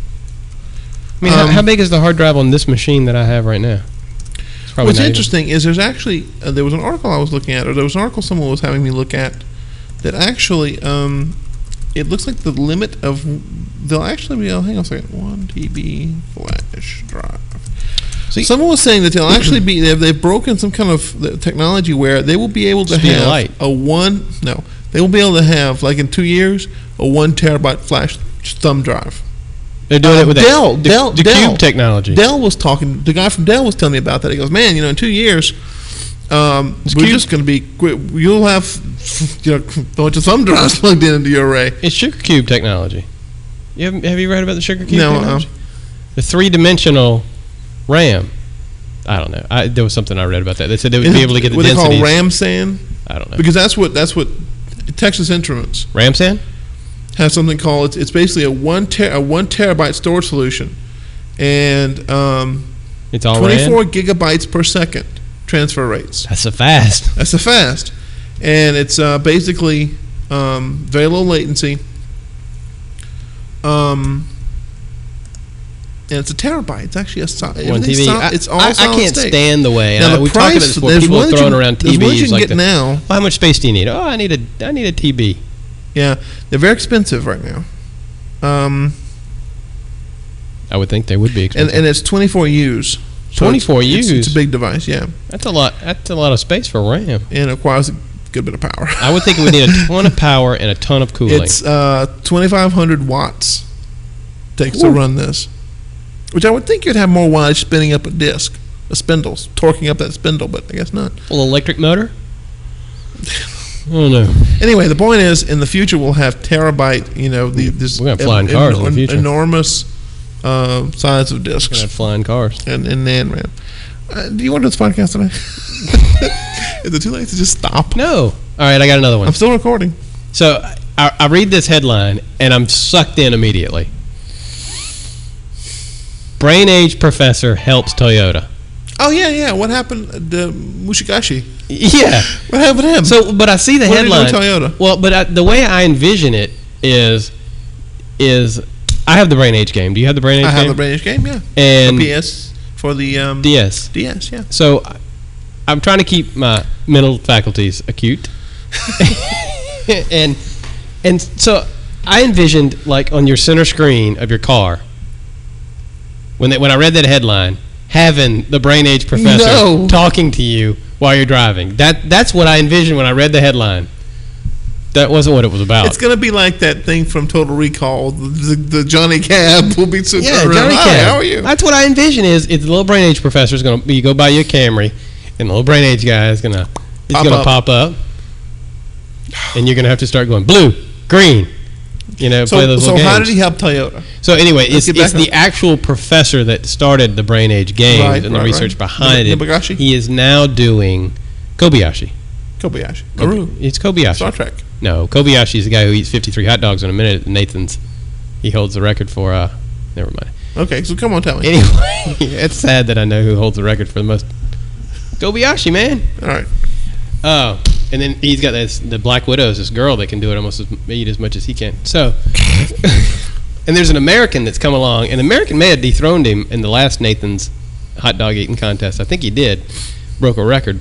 C: I mean,
B: Um,
C: how, how big is the hard drive on this machine that I have right now? It's probably
B: What's
C: not even-
B: interesting is there's actually uh, there was an article I was looking at, or there was an article someone was having me look at that actually um, it looks like the limit of they'll actually be. Oh, hang on a second, one TB flash drive.
C: See-
B: someone was saying that they'll actually be they've, they've broken some kind of the technology where they will be able to
C: Speed of
B: have
C: light.
B: a one no they will be able to have like in two years a one terabyte flash thumb drive.
C: They're doing it with that-
B: Dell,
C: the,
B: Dell,
C: the
B: Dell.
C: cube technology.
B: Dell was talking. The guy from Dell was telling me about that. He goes, "Man, you know, in two years, um,
C: It's
B: we're
C: cute.
B: just going to be. we- You'll have you know, a bunch of thumb drives plugged into your array."
C: It's sugar cube technology. You haven't, have you read about the sugar cube
B: No, uh-uh.
C: technology? The three dimensional RAM. I don't know. I, there was something I read about that. They said they would
B: Is
C: be
B: it
C: able to get the
B: what they
C: densities.
B: call RAM SAN
C: I don't know.
B: because that's what that's what Texas Instruments
C: RAM SAN?
B: has something called. It's, it's basically a one ter- a one terabyte storage solution, and um,
C: It's all
B: twenty
C: RAM.
B: four gigabytes per second transfer rates.
C: That's so fast.
B: That's the fast, and it's uh, basically um, very low latency. Um, and it's a terabyte. It's actually a solid.
C: One TV. I,
B: it's all
C: I, I
B: solid
C: can't
B: state.
C: stand the way.
B: Now
C: and I,
B: the
C: we talked about
B: price.
C: this before.
B: There's
C: People are
B: ones you
C: throwing
B: can-
C: around
B: there's ones you
C: TVs
B: can
C: like
B: get
C: that.
B: now.
C: Well, how much space do you need? Oh, I need a I need a TB.
B: Yeah, they're very expensive right now. Um,
C: I would think they would be
B: and
C: expensive.
B: and it's 24 U's. So
C: 24
B: it's- It's, it's
C: Us?
B: a big device. Yeah,
C: that's a lot. That's a lot of space for RAM.
B: and it requires a good bit of power.
C: I would think we need a ton of power and a ton of cooling.
B: It's uh, 2,500 watts takes to
C: Whew.
B: run this, which I would think you'd have more wattage spinning up a disc, a spindle, torquing up that spindle, but I guess not.
C: Well, electric motor? I don't know.
B: Anyway, the point is, in the future, we'll have terabyte, you know, the, this
C: We're gonna have flying cars in the future.
B: enormous uh, size of
C: Gonna
B: discs
C: have flying cars.
B: and, and NAND RAM. Uh, do you want to do this podcast today? is it too late to just stop?
C: No. All right, I got another one.
B: I'm still recording.
C: So I, I read this headline and I'm sucked in immediately. Brain age professor helps Toyota.
B: Oh, yeah, yeah. What happened uh, to Mushigashi?
C: Yeah.
B: What happened to him?
C: So, but I see the
B: What did he do
C: headline.
B: to Toyota?
C: Well, but I, the way I envision it is, is I have the Brain Age game. Do you have the Brain Age
B: I
C: game?
B: have the British game, yeah.
C: and
B: PS for the um,
C: DS.
B: DS, yeah.
C: So I- I'm trying to keep my mental faculties acute. and and so I envisioned like on your center screen of your car when they, when I read that headline having the brain age professor
B: No.
C: talking to you while you're driving. That that's what I envisioned when I read the headline. That wasn't what it was about.
B: It's gonna be like that thing from Total Recall. The, the Johnny Cab will be super.
C: yeah,
B: around.
C: Johnny
B: Hi,
C: Cab.
B: How are you?
C: That's what I envision is it's the little brain age professor is gonna you go buy your Camry and the little brain age guy is gonna it's
B: Pop
C: gonna
B: up.
C: pop up and you're gonna have to start going blue, green. You know, play
B: So,
C: those
B: so
C: little
B: how
C: games.
B: did he help Toyota?
C: so anyway, it's,
B: get back
C: it's the actual professor that started the brain age games
B: Right,
C: and
B: right,
C: the
B: right.
C: research behind it.
B: Nobunaga?
C: He is now doing Kobayashi.
B: Kobayashi,
C: Kobe-
B: Maru,
C: It's Kobayashi.
B: Star Trek.
C: No, Kobayashi is the guy who eats 53 hot dogs in a minute at Nathan's. He holds the record for uh never mind.
B: Okay, so come on, tell me.
C: Anyway, it's sad that I know who holds the record for the most. Kobayashi, man.
B: All right,
C: Oh, and then he's got this the Black Widow is this girl that can do it almost as, eat as much as he can. So, and there's an American that's come along, and the American may have dethroned him in the last Nathan's hot dog eating contest. I think he did, broke a record.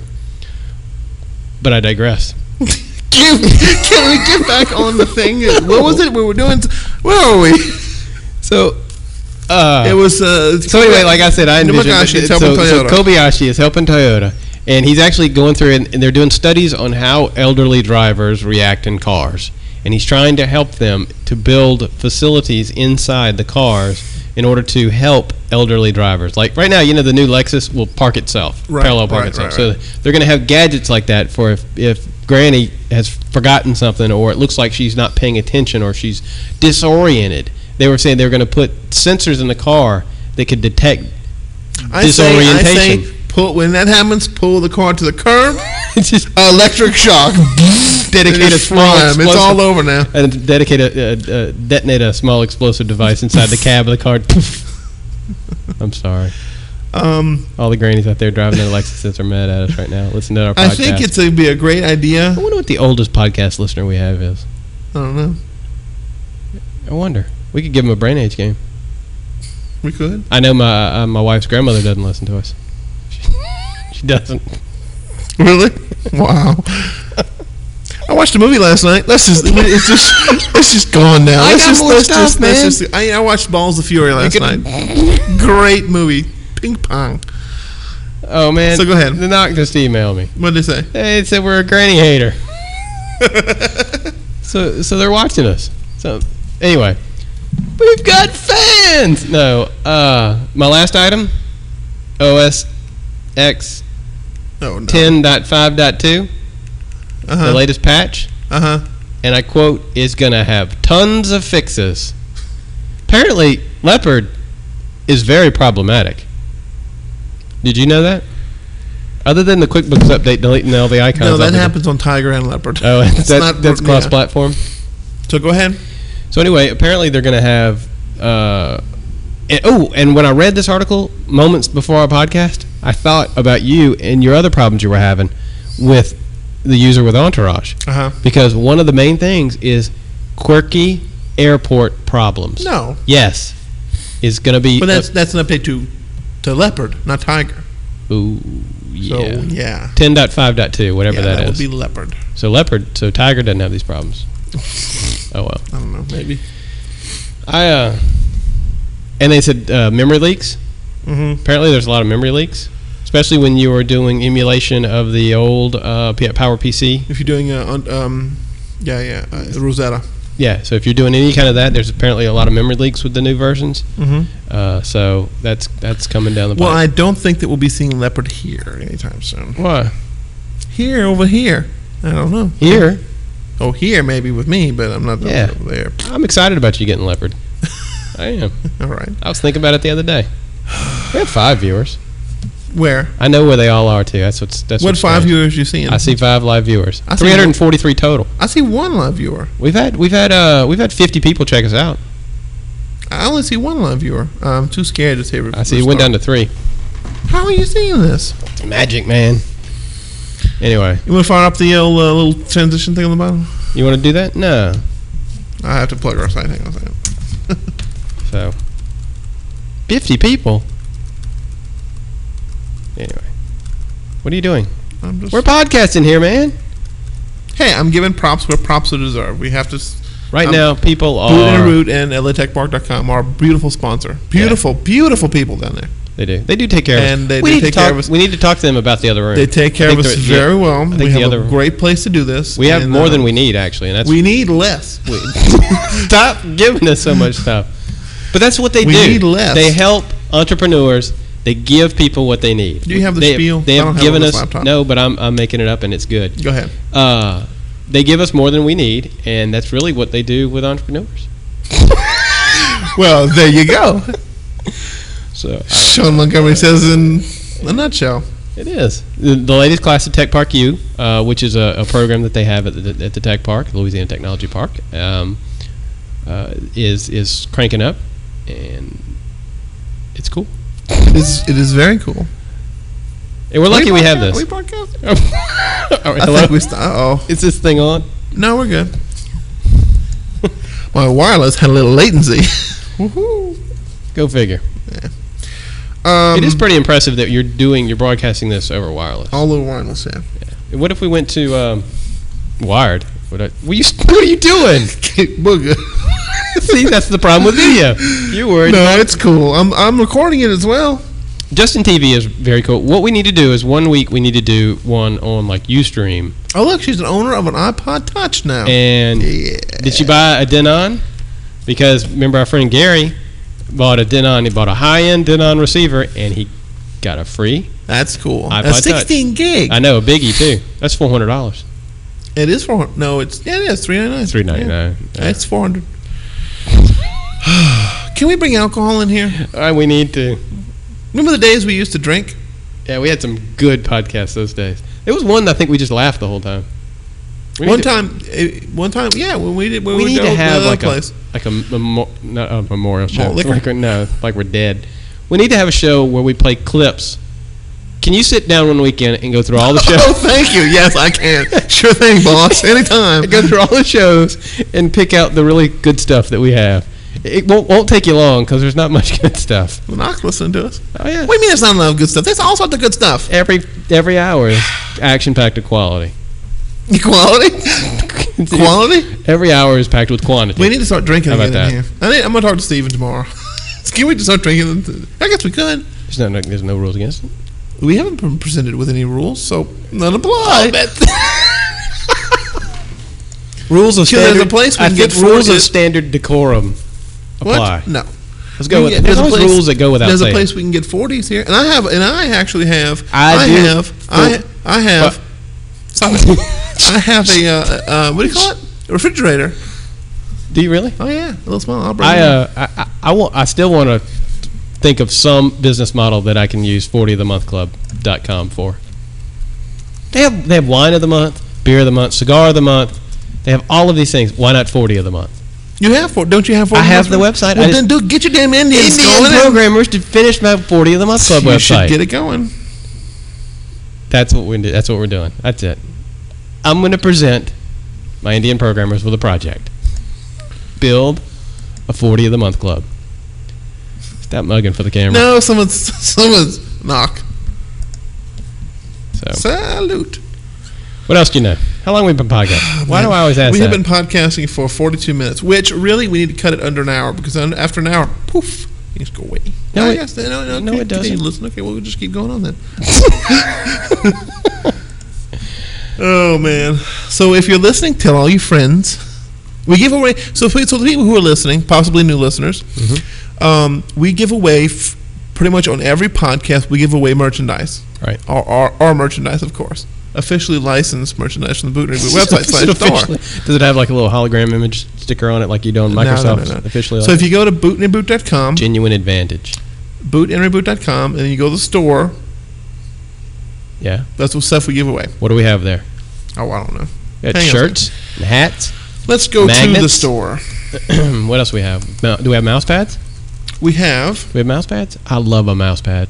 C: But I digress.
B: Can, can we get back on the thing? What was it we were doing? Where were we?
C: So,
B: It
C: uh,
B: was. Uh,
C: so anyway, like I said, I envision
B: Kobayashi is
C: so,
B: helping
C: so
B: Toyota.
C: Kobayashi is helping Toyota, and he's actually going through and, and they're doing studies on how elderly drivers react in cars, and he's trying to help them to build facilities inside the cars in order to help elderly drivers. Like right now, you know, the new Lexus will park itself,
B: Right,
C: parallel park
B: right,
C: itself.
B: right,
C: So they're going to have gadgets like that for if if Granny has forgotten something or it looks like she's not paying attention or she's disoriented. They were saying they were going to put sensors in the car that could detect
B: I say, I
C: disorientation.
B: say, pull when that happens, pull the car to the curb.
C: just
B: Electric shock.
C: dedicate a
B: It's
C: small
B: fine.
C: explosive,
B: It's all over now.
C: and dedicate a, a, a detonate a small explosive device inside the cab of the car. I'm sorry.
B: Um,
C: All the grannies out there driving their Lexuses are mad at us right now. Listen to our podcast.
B: I think it's a, be a great idea.
C: I wonder what the oldest podcast listener we have is.
B: I don't know.
C: I wonder. We could give them a brain age game.
B: We could.
C: I know my uh, my wife's grandmother doesn't listen to us. she doesn't.
B: Really? Wow. I watched a movie last night. Let's just it's just it's just gone now.
C: I
B: Let's
C: got
B: just,
C: more
B: let's
C: stuff,
B: just, let's
C: man.
B: just- I, I watched Balls of Fury last
C: could-
B: night. Great movie. Ping pong.
C: Oh man.
B: So go ahead.
C: The knock just emailed me.
B: What did they say?
C: They said we're a granny hater. so so they're watching us. So anyway, we've got fans. No, uh, my last item, OS X
B: Oh no.
C: ten point five point two,
B: Uh
C: the
B: huh.
C: latest patch,
B: Uh huh.
C: and I quote is gonna have tons of fixes. Apparently, Leopard is very problematic. Did you know that? Other than the QuickBooks update deleting all the icons,
B: No,
C: off
B: that
C: of it.
B: happens on Tiger and Leopard.
C: Oh,
B: It's
C: that's,
B: not-
C: that's
B: yeah.
C: cross-platform.
B: So go ahead.
C: So anyway, apparently they're going to have. Uh, and, oh, and when I read this article moments before our podcast, I thought about you and your other problems you were having with the user with Entourage,
B: Uh huh.
C: because one of the main things is quirky airport problems.
B: No,
C: Yes, is going to be.
B: but that's that's an update to to Leopard, not Tiger.
C: ooh,
B: So yeah,
C: yeah. Ten point five point two, whatever
B: Yeah,
C: that
B: would
C: is.
B: be Leopard.
C: so leopard, so tiger doesn't have these problems. oh well.
B: I don't know, maybe.
C: I uh, and they said uh, memory leaks.
B: Mm-hmm.
C: Apparently, there's a lot of memory leaks, especially when you were doing emulation of the old uh, P- Power PC.
B: If you're doing uh, on- um, yeah, yeah, uh, Rosetta.
C: Yeah, so if you're doing any kind of that, there's apparently a lot of memory leaks with the new versions.
B: Mm-hmm.
C: Uh, so that's that's coming down the
B: Well,
C: pipe.
B: I don't think that we'll be seeing leopard here anytime soon.
C: Why
B: Here, over here. I don't know.
C: here?
B: Oh, here maybe with me, but I'm not
C: Yeah.
B: over there.
C: I'm excited about you getting Leopard. I am.
B: All right.
C: I was thinking about it the other day. We have five viewers.
B: Where?
C: I know where they all are too. That's what's that's
B: what
C: what's
B: five
C: strange.
B: viewers you seeing?
C: I see five live viewers.
B: I see-
C: 343 total.
B: I see one live viewer.
C: We've had we've had uh we've had 50 people check us out.
B: I only see one live viewer. I'm too scared to say.
C: I see it went down to three.
B: How are you seeing this?
C: Magic man. Anyway,
B: You want to fire up the old, uh, little transition thing on the bottom?
C: you want to do that? No.
B: I have to plug our site. Hang on a second.
C: So, fifty people. Anyway, what are you doing?
B: I'm just.
C: We're podcasting here, man.
B: hey, I'm giving props where props are deserved. We have to. s-
C: Right
B: I'm-
C: now, people
B: Boot and
C: are.
B: Root and LATechBark.com are beautiful sponsor. Beautiful, beautiful people down there.
C: They do. They do take care of us.
B: And they-
C: we
B: they
C: need to
B: take care
C: talk-
B: of us.
C: We need to talk to them about the other room.
B: They take care
C: I
B: of
C: think
B: us
C: they're- yeah,
B: very well.
C: I
B: We
C: think the
B: have
C: other-
B: a great place to do this.
C: We have
B: and,
C: more
B: uh,
C: than we need actually, and that's
B: We need less.
C: stop giving us so much stuff. But that's what they
B: We
C: do.
B: need less.
C: They help entrepreneurs. They give people what they need.
B: Do you have the
C: they,
B: spiel?
C: They
B: I don't have
C: have
B: it on
C: given
B: this
C: us
B: laptop.
C: no, but I'm I'm making it up and it's good.
B: Go ahead.
C: Uh, they give us more than we need, and that's really what they do with entrepreneurs.
B: Well, there you go.
C: So I-
B: Sean Montgomery says in a nutshell.
C: it is the, the latest class at Tech Park U, uh, which is a, a program that they have at the, at the Tech Park, Louisiana Technology Park, um, uh, is is cranking up, and it's cool.
B: It's, it is very cool.
C: And we're lucky
B: Are
C: we have
B: broadca-
C: this.
B: Are we broadcasting?
C: All right,
B: I
C: hello.
B: think we st- Uh-oh.
C: Is this thing on?
B: No, we're good. My wireless had a little latency. Woohoo.
C: Go figure.
B: Um,
C: it is pretty impressive that you're doing, you're broadcasting this over wireless.
B: all over wireless, yeah.
C: What if we went to um, wired. What, I, what, you, what are you doing?
B: Booga.
C: See, that's the problem with video. You're worried.
B: No, it's cool. I'm I'm recording it as well.
C: Justin TV is very cool. What we need to do is one week we need to do one on like UStream.
B: Oh look, she's an owner of an iPod Touch now.
C: And
B: Oh, yeah.
C: did she buy a Denon? Because remember our friend Gary bought a Denon. He bought a high-end Denon receiver, and he got a free.
B: That's cool.
C: iPod
B: That's
C: Touch. Uh,
B: 16 gig.
C: I know a biggie too. That's four hundred dollars.
B: it is four. No, it's yeah, it is three ninety nine.
C: Three ninety nine.
B: That's four hundred. Can we bring alcohol in here?
C: All right, we need to.
B: Remember the days we used to drink?
C: Yeah, we had some good podcasts those days. There was one that I think we just laughed the whole time. We
B: one
C: need to-
B: time, eh, one time, yeah, when we did, when
C: We
B: we,
C: need
B: go
C: to have
B: the
C: like
B: place.
C: a like a, memo- not a memorial show.
B: Malt liquor.
C: Like, we're- no, like we're dead. We need to have a show where we play clips. Can you sit down one weekend and go through all the
B: Oh,
C: shows?
B: thank you. Yes, I can. Sure thing, boss. Anytime.
C: go through all the shows and pick out the really good stuff that we have. It won't, won't take you long because there's not much good stuff.
B: Knock, listen to us.
C: Oh yeah,
B: What do you mean there's not enough good stuff? There's all sorts of good stuff.
C: every every hour is action packed with quality.
B: Quality? Quality?
C: Every hour is packed with quantity.
B: We need to start drinking
C: How about
B: again in here. I need, I'm going to talk to Steven tomorrow. Can we just start drinking? I guess we could.
C: There's no, no- there's no rules against it.
B: We haven't been presented with any rules, so none apply.
C: Rules of
B: Sure, there's a place we
C: I
B: can
C: think
B: get
C: rules of
B: sorted.
C: standard decorum apply.
B: what? No.
C: Let's go with there's always rules that go without
B: There's
C: saying.
B: a place we can get 40s here, and I have, and I actually have.
C: I do-
B: have. I, I have. Stop it. I have a uh, uh, what do you call it? A refrigerator.
C: Do you really?
B: Oh yeah, a little small. I'll bring
C: I
B: it in.
C: uh, I, I, I, want, I still want to think of some business model that I can use 40ofthemonthclub.com for. They have they have wine of the month, beer of the month, cigar of the month. They have all of these things. Why not 40 of the month?
B: You have four? Don't you have four?
C: I have
B: members?
C: the website.
B: Well,
C: I
B: then do get your damn Indians
C: Indian
B: going.
C: programmers to finish my 40 of the month club
B: you
C: website.
B: should get it going.
C: That's what we do. That's what we're doing. That's it. I'm going to present my Indian programmers with a project. Build a 40 of the month club. Stop mugging for the camera.
B: No, someone's someone's knock.
C: So,
B: Salute.
C: what else do you know? How long have we been podcasting? Why do I always ask
B: Oh, we
C: that?
B: have been podcasting for 42 minutes, which really we need to cut it under an hour because un- after an hour, poof, things go away.
C: No,
B: I
C: it-
B: guess, no, no,
C: no,
B: okay,
C: it
B: continue
C: doesn't.
B: to Listen, okay, we'll just keep going on then. oh man! So if you're listening, tell all your friends. We give away so for, so the people who are listening, possibly new listeners, um, we give away f- pretty much on every podcast. We give away merchandise,
C: Right.
B: Our, our, our merchandise, of course, officially licensed merchandise from the Boot and Reboot website
C: Is it
B: slash store.
C: officially- Does it have like a little hologram image sticker on it, like you do on
B: No, no,
C: Microsoft?
B: no, no.
C: Officially,
B: So
C: like
B: if you go to bootandreboot.com,
C: genuine advantage.
B: bootandreboot.com, and you go to the store,
C: Yeah.
B: that's what stuff we give away.
C: What do we have there?
B: Oh, I don't know.
C: We got
B: Hang on a
C: shirts, and hats.
B: Let's go to the
C: Magnets?
B: store.
C: what else we have? Mou- Do we have mouse pads?
B: We have
C: We have mouse pads? I love a mouse pad.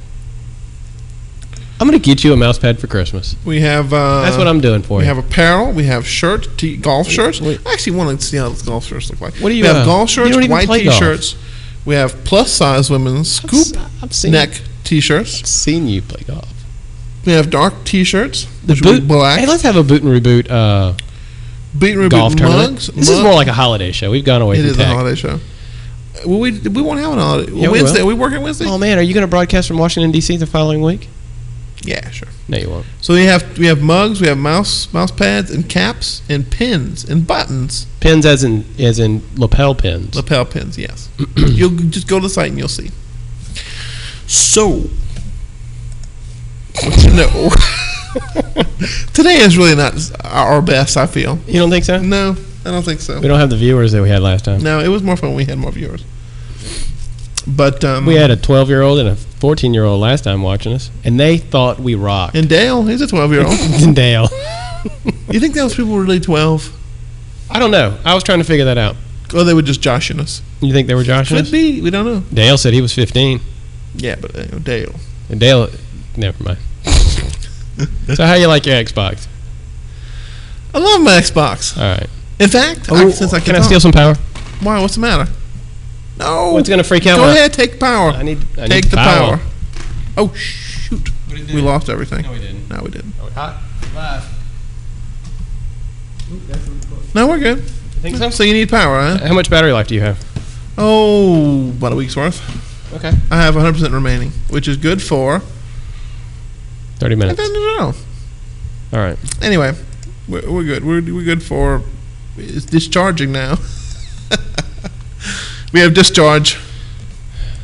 C: I'm gonna get you a mouse pad for Christmas.
B: we have uh,
C: That's what I'm doing for
B: We
C: you.
B: have apparel. We have shirt, t- golf shirts.
C: wait.
B: I actually want to see how those golf shirts look like.
C: What do you
B: we have?
C: have?
B: golf
C: You
B: shirts,
C: don't even
B: white
C: play golf.
B: t-shirts. We have plus size women's
C: I've
B: scoop
C: s- I've seen
B: neck t-shirts.
C: seen you play golf.
B: We have dark t-shirts,
C: The
B: which will be
C: boot.
B: black.
C: Hey, let's have a boot and reboot uh,
B: Beat and Reboot
C: golf tournament.
B: mugs.
C: This is
B: Mug-
C: more like a holiday show. We've gone away
B: It
C: from
B: is a
C: tech.
B: holiday show. Well, we we won't have an holiday.
C: Yeah, we
B: Wednesday.
C: will.
B: we working Wednesday?
C: Oh man, are you gonna broadcast from Washington D.C. the following week?
B: yeah, sure.
C: No, you won't.
B: So we have we have mugs, we have mouse mouse pads and caps and pins and buttons,
C: Pins, as in as in lapel pins.
B: lapel pins. Yes, you'll just go to the site and you'll see. So, what you know, today is really not our best. I feel
C: you don't think so?
B: no, I don't think so.
C: We don't have the viewers that we had last time.
B: No, it was more fun when we had more viewers. But um,
C: We had a 12 year old and a 14 year old last time watching us, and they thought we rocked.
B: and Dale, he's a twelve year old.
C: Dale.
B: you think those people were really twelve,
C: I don't know. I was trying to figure that out.
B: or they were just joshing us?
C: You think they were joshing
B: Could
C: us?
B: be. We don't know.
C: Dale said he was 15.
B: Yeah, but uh, Dale.
C: And Dale, never mind. so how you like your Xbox?
B: I love my Xbox.
C: All right.
B: In fact, I, Oh, since I can,
C: Oh, can I
B: talk-
C: steal some power?
B: Why? What's the matter? No.
C: What's gonna freak out?
B: Go
C: my-
B: ahead, take power.
C: I need. I
B: take
C: need
B: the power. Oh shoot!
C: What did you
B: We
C: do?
B: lost everything.
C: No, we didn't.
B: No, we didn't.
C: Are we hot? Live.
B: No, we're good.
C: Think so?
B: you need power, huh?
C: How much battery life do you have?
B: Oh, about a week's worth.
C: Okay.
B: I have 100% remaining, which is good for.
C: Thirty
B: I
C: minutes.
B: don't know.
C: All right.
B: Anyway, we're, we're good. We're, we're good for. It's discharging now. we have discharge.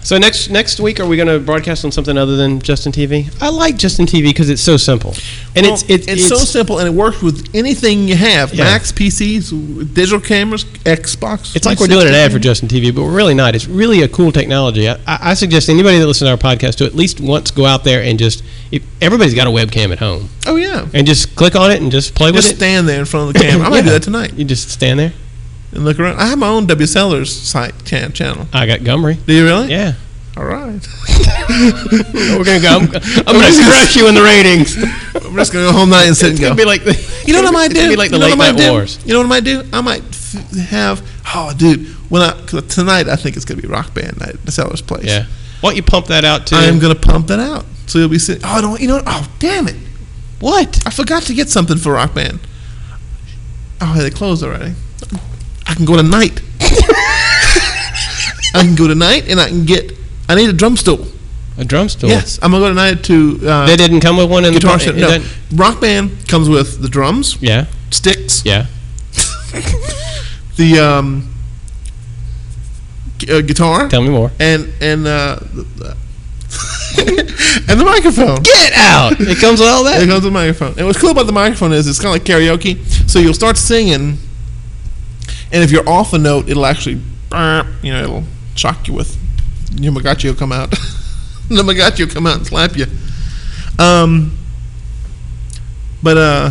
C: So next next week, are we going to broadcast on something other than Justin TV? I like Justin TV because it's so simple, and it's,
B: Well,
C: it's
B: so simple, and it works with anything you have:
C: Yeah.
B: Macs, PCs, digital cameras, Xbox.
C: It's like we're doing an ad
B: 360.
C: for Justin TV, but we're really not. It's really a cool technology. I, I I suggest anybody that listens to our podcast to at least once go out there and just. If, everybody's got a webcam at home,
B: Oh yeah,
C: and just click on it and just play
B: just
C: with it.
B: stand there in front of the camera. I might do
C: Yeah.
B: that tonight
C: You just stand there.
B: and look around. I have my own WSLers site cha- channel.
C: I got Gumry.
B: Do you really?
C: Yeah,
B: All right.
C: we're gonna go. I'm, I'm gonna crush you in the ratings.
B: I'm just gonna go home tonight and sit
C: It's
B: and
C: gonna
B: go.
C: be like the,
B: You know what I might
C: it's
B: do?
C: gonna Be like the
B: you know
C: late
B: what I
C: night
B: might do?
C: wars.
B: You know what I might do? I might f- have. Oh, dude, when I 'cause tonight I think it's gonna be rock band night at the seller's place.
C: Yeah. Why don't you pump that out too?
B: I am gonna pump that out. So you'll be sitting. Oh, I don't. You know? what? Oh, damn it!
C: what?
B: I forgot to get something for rock band. Oh, they closed already. I can go tonight. I can go tonight, and I can get. I need a drum stool.
C: A drum stool.
B: Yes, I'm gonna go tonight to uh,
C: Oh. They didn't come with one in
B: guitar
C: the
B: set.
C: it
B: No,
C: doesn't-
B: rock band comes with the drums,
C: Yeah.
B: sticks,
C: Yeah.
B: the um, gu- uh, guitar,
C: Tell me more.
B: and and uh, the, the and the microphone.
C: Get out! It comes with all that.
B: It comes with the microphone. And what's cool about the microphone is it's kind of like karaoke. So you'll start singing, and if you're off a note, it'll actually, burp, you know, it'll shock you with your magachi will come out. the magachi will come out and slap you. Um, but uh,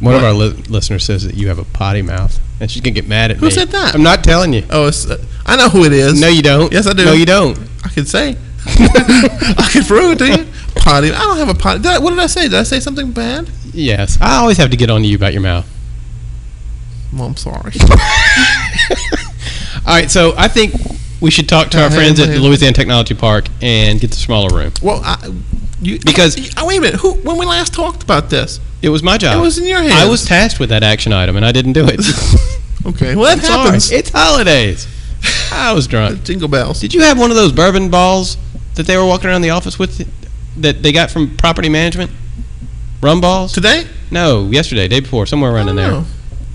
C: One of our li- listeners says that you have a potty mouth, and she's gonna get mad at
B: Who
C: me.
B: said that?
C: I'm not telling you.
B: oh, it's, uh, I know who it is.
C: No, you don't.
B: Yes, I do.
C: No, you don't.
B: I could say. I could prove it to you. Potty. I don't have a potty. Did I, what did I say? Did I say something bad?
C: Yes, I always have to get on to you about your mouth.
B: Well, I'm sorry.
C: All right, so I think we should talk to our
B: Uh-huh,
C: friends at
B: uh-huh.
C: Louisiana Technology Park and get the smaller room
B: Well, I, you,
C: because
B: Oh, wait a minute. Who? When we last talked about this?
C: it was my job.
B: It was in your hands.
C: I was tasked with that action item, and I didn't do it.
B: Okay. Well, that
C: Sorry.
B: happens.
C: It's holidays. I was drunk.
B: Jingle bells.
C: Did you have one of those bourbon balls that they were walking around the office with that they got from property management? Rum balls?
B: Today?
C: No, yesterday, day before, somewhere around in there.
B: No.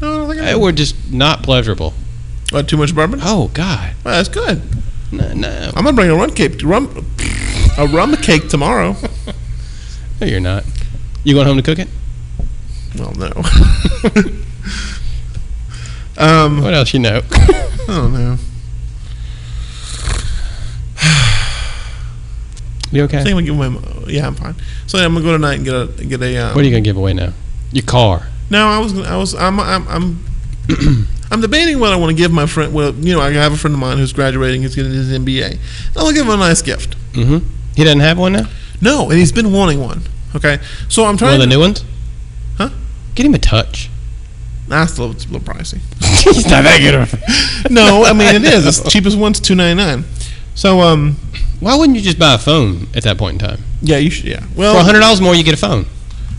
B: No, I don't think I
C: They were just not pleasurable.
B: What, too much bourbon? Well,
C: Oh God,
B: that's good.
C: no, no,
B: I'm gonna bring a rum cake. Rum, a rum cake tomorrow.
C: no, you're not. You going home to cook it?
B: Well, no. um,
C: What else you know?
B: I don't know.
C: You
B: I
C: okay?
B: think I'm gonna give my. Yeah, I'm fine. So yeah, I'm gonna go tonight and get a get a. Um,
C: What are you gonna give away now? Your car.
B: No, I was, gonna- I was, I'm, I'm, I'm, I'm debating what I want to give my friend. Well, you know, I have a friend of mine who's graduating, he's getting his MBA. I'll give him a nice gift.
C: Mm-hmm. He doesn't have one now.
B: No, and he's been wanting one. Okay, so I'm
C: One
B: trying.
C: of the
B: to,
C: new ones.
B: Huh?
C: Get him a touch.
B: that's a little, it's a little pricey.
C: He's not that good. of a-
B: No, I mean it is. It's the cheapest one's two ninety nine. So um,
C: Why wouldn't you just buy a phone at that point in time?
B: yeah, you should. Yeah,
C: For
B: well,
C: hundred dollars more, you get a phone.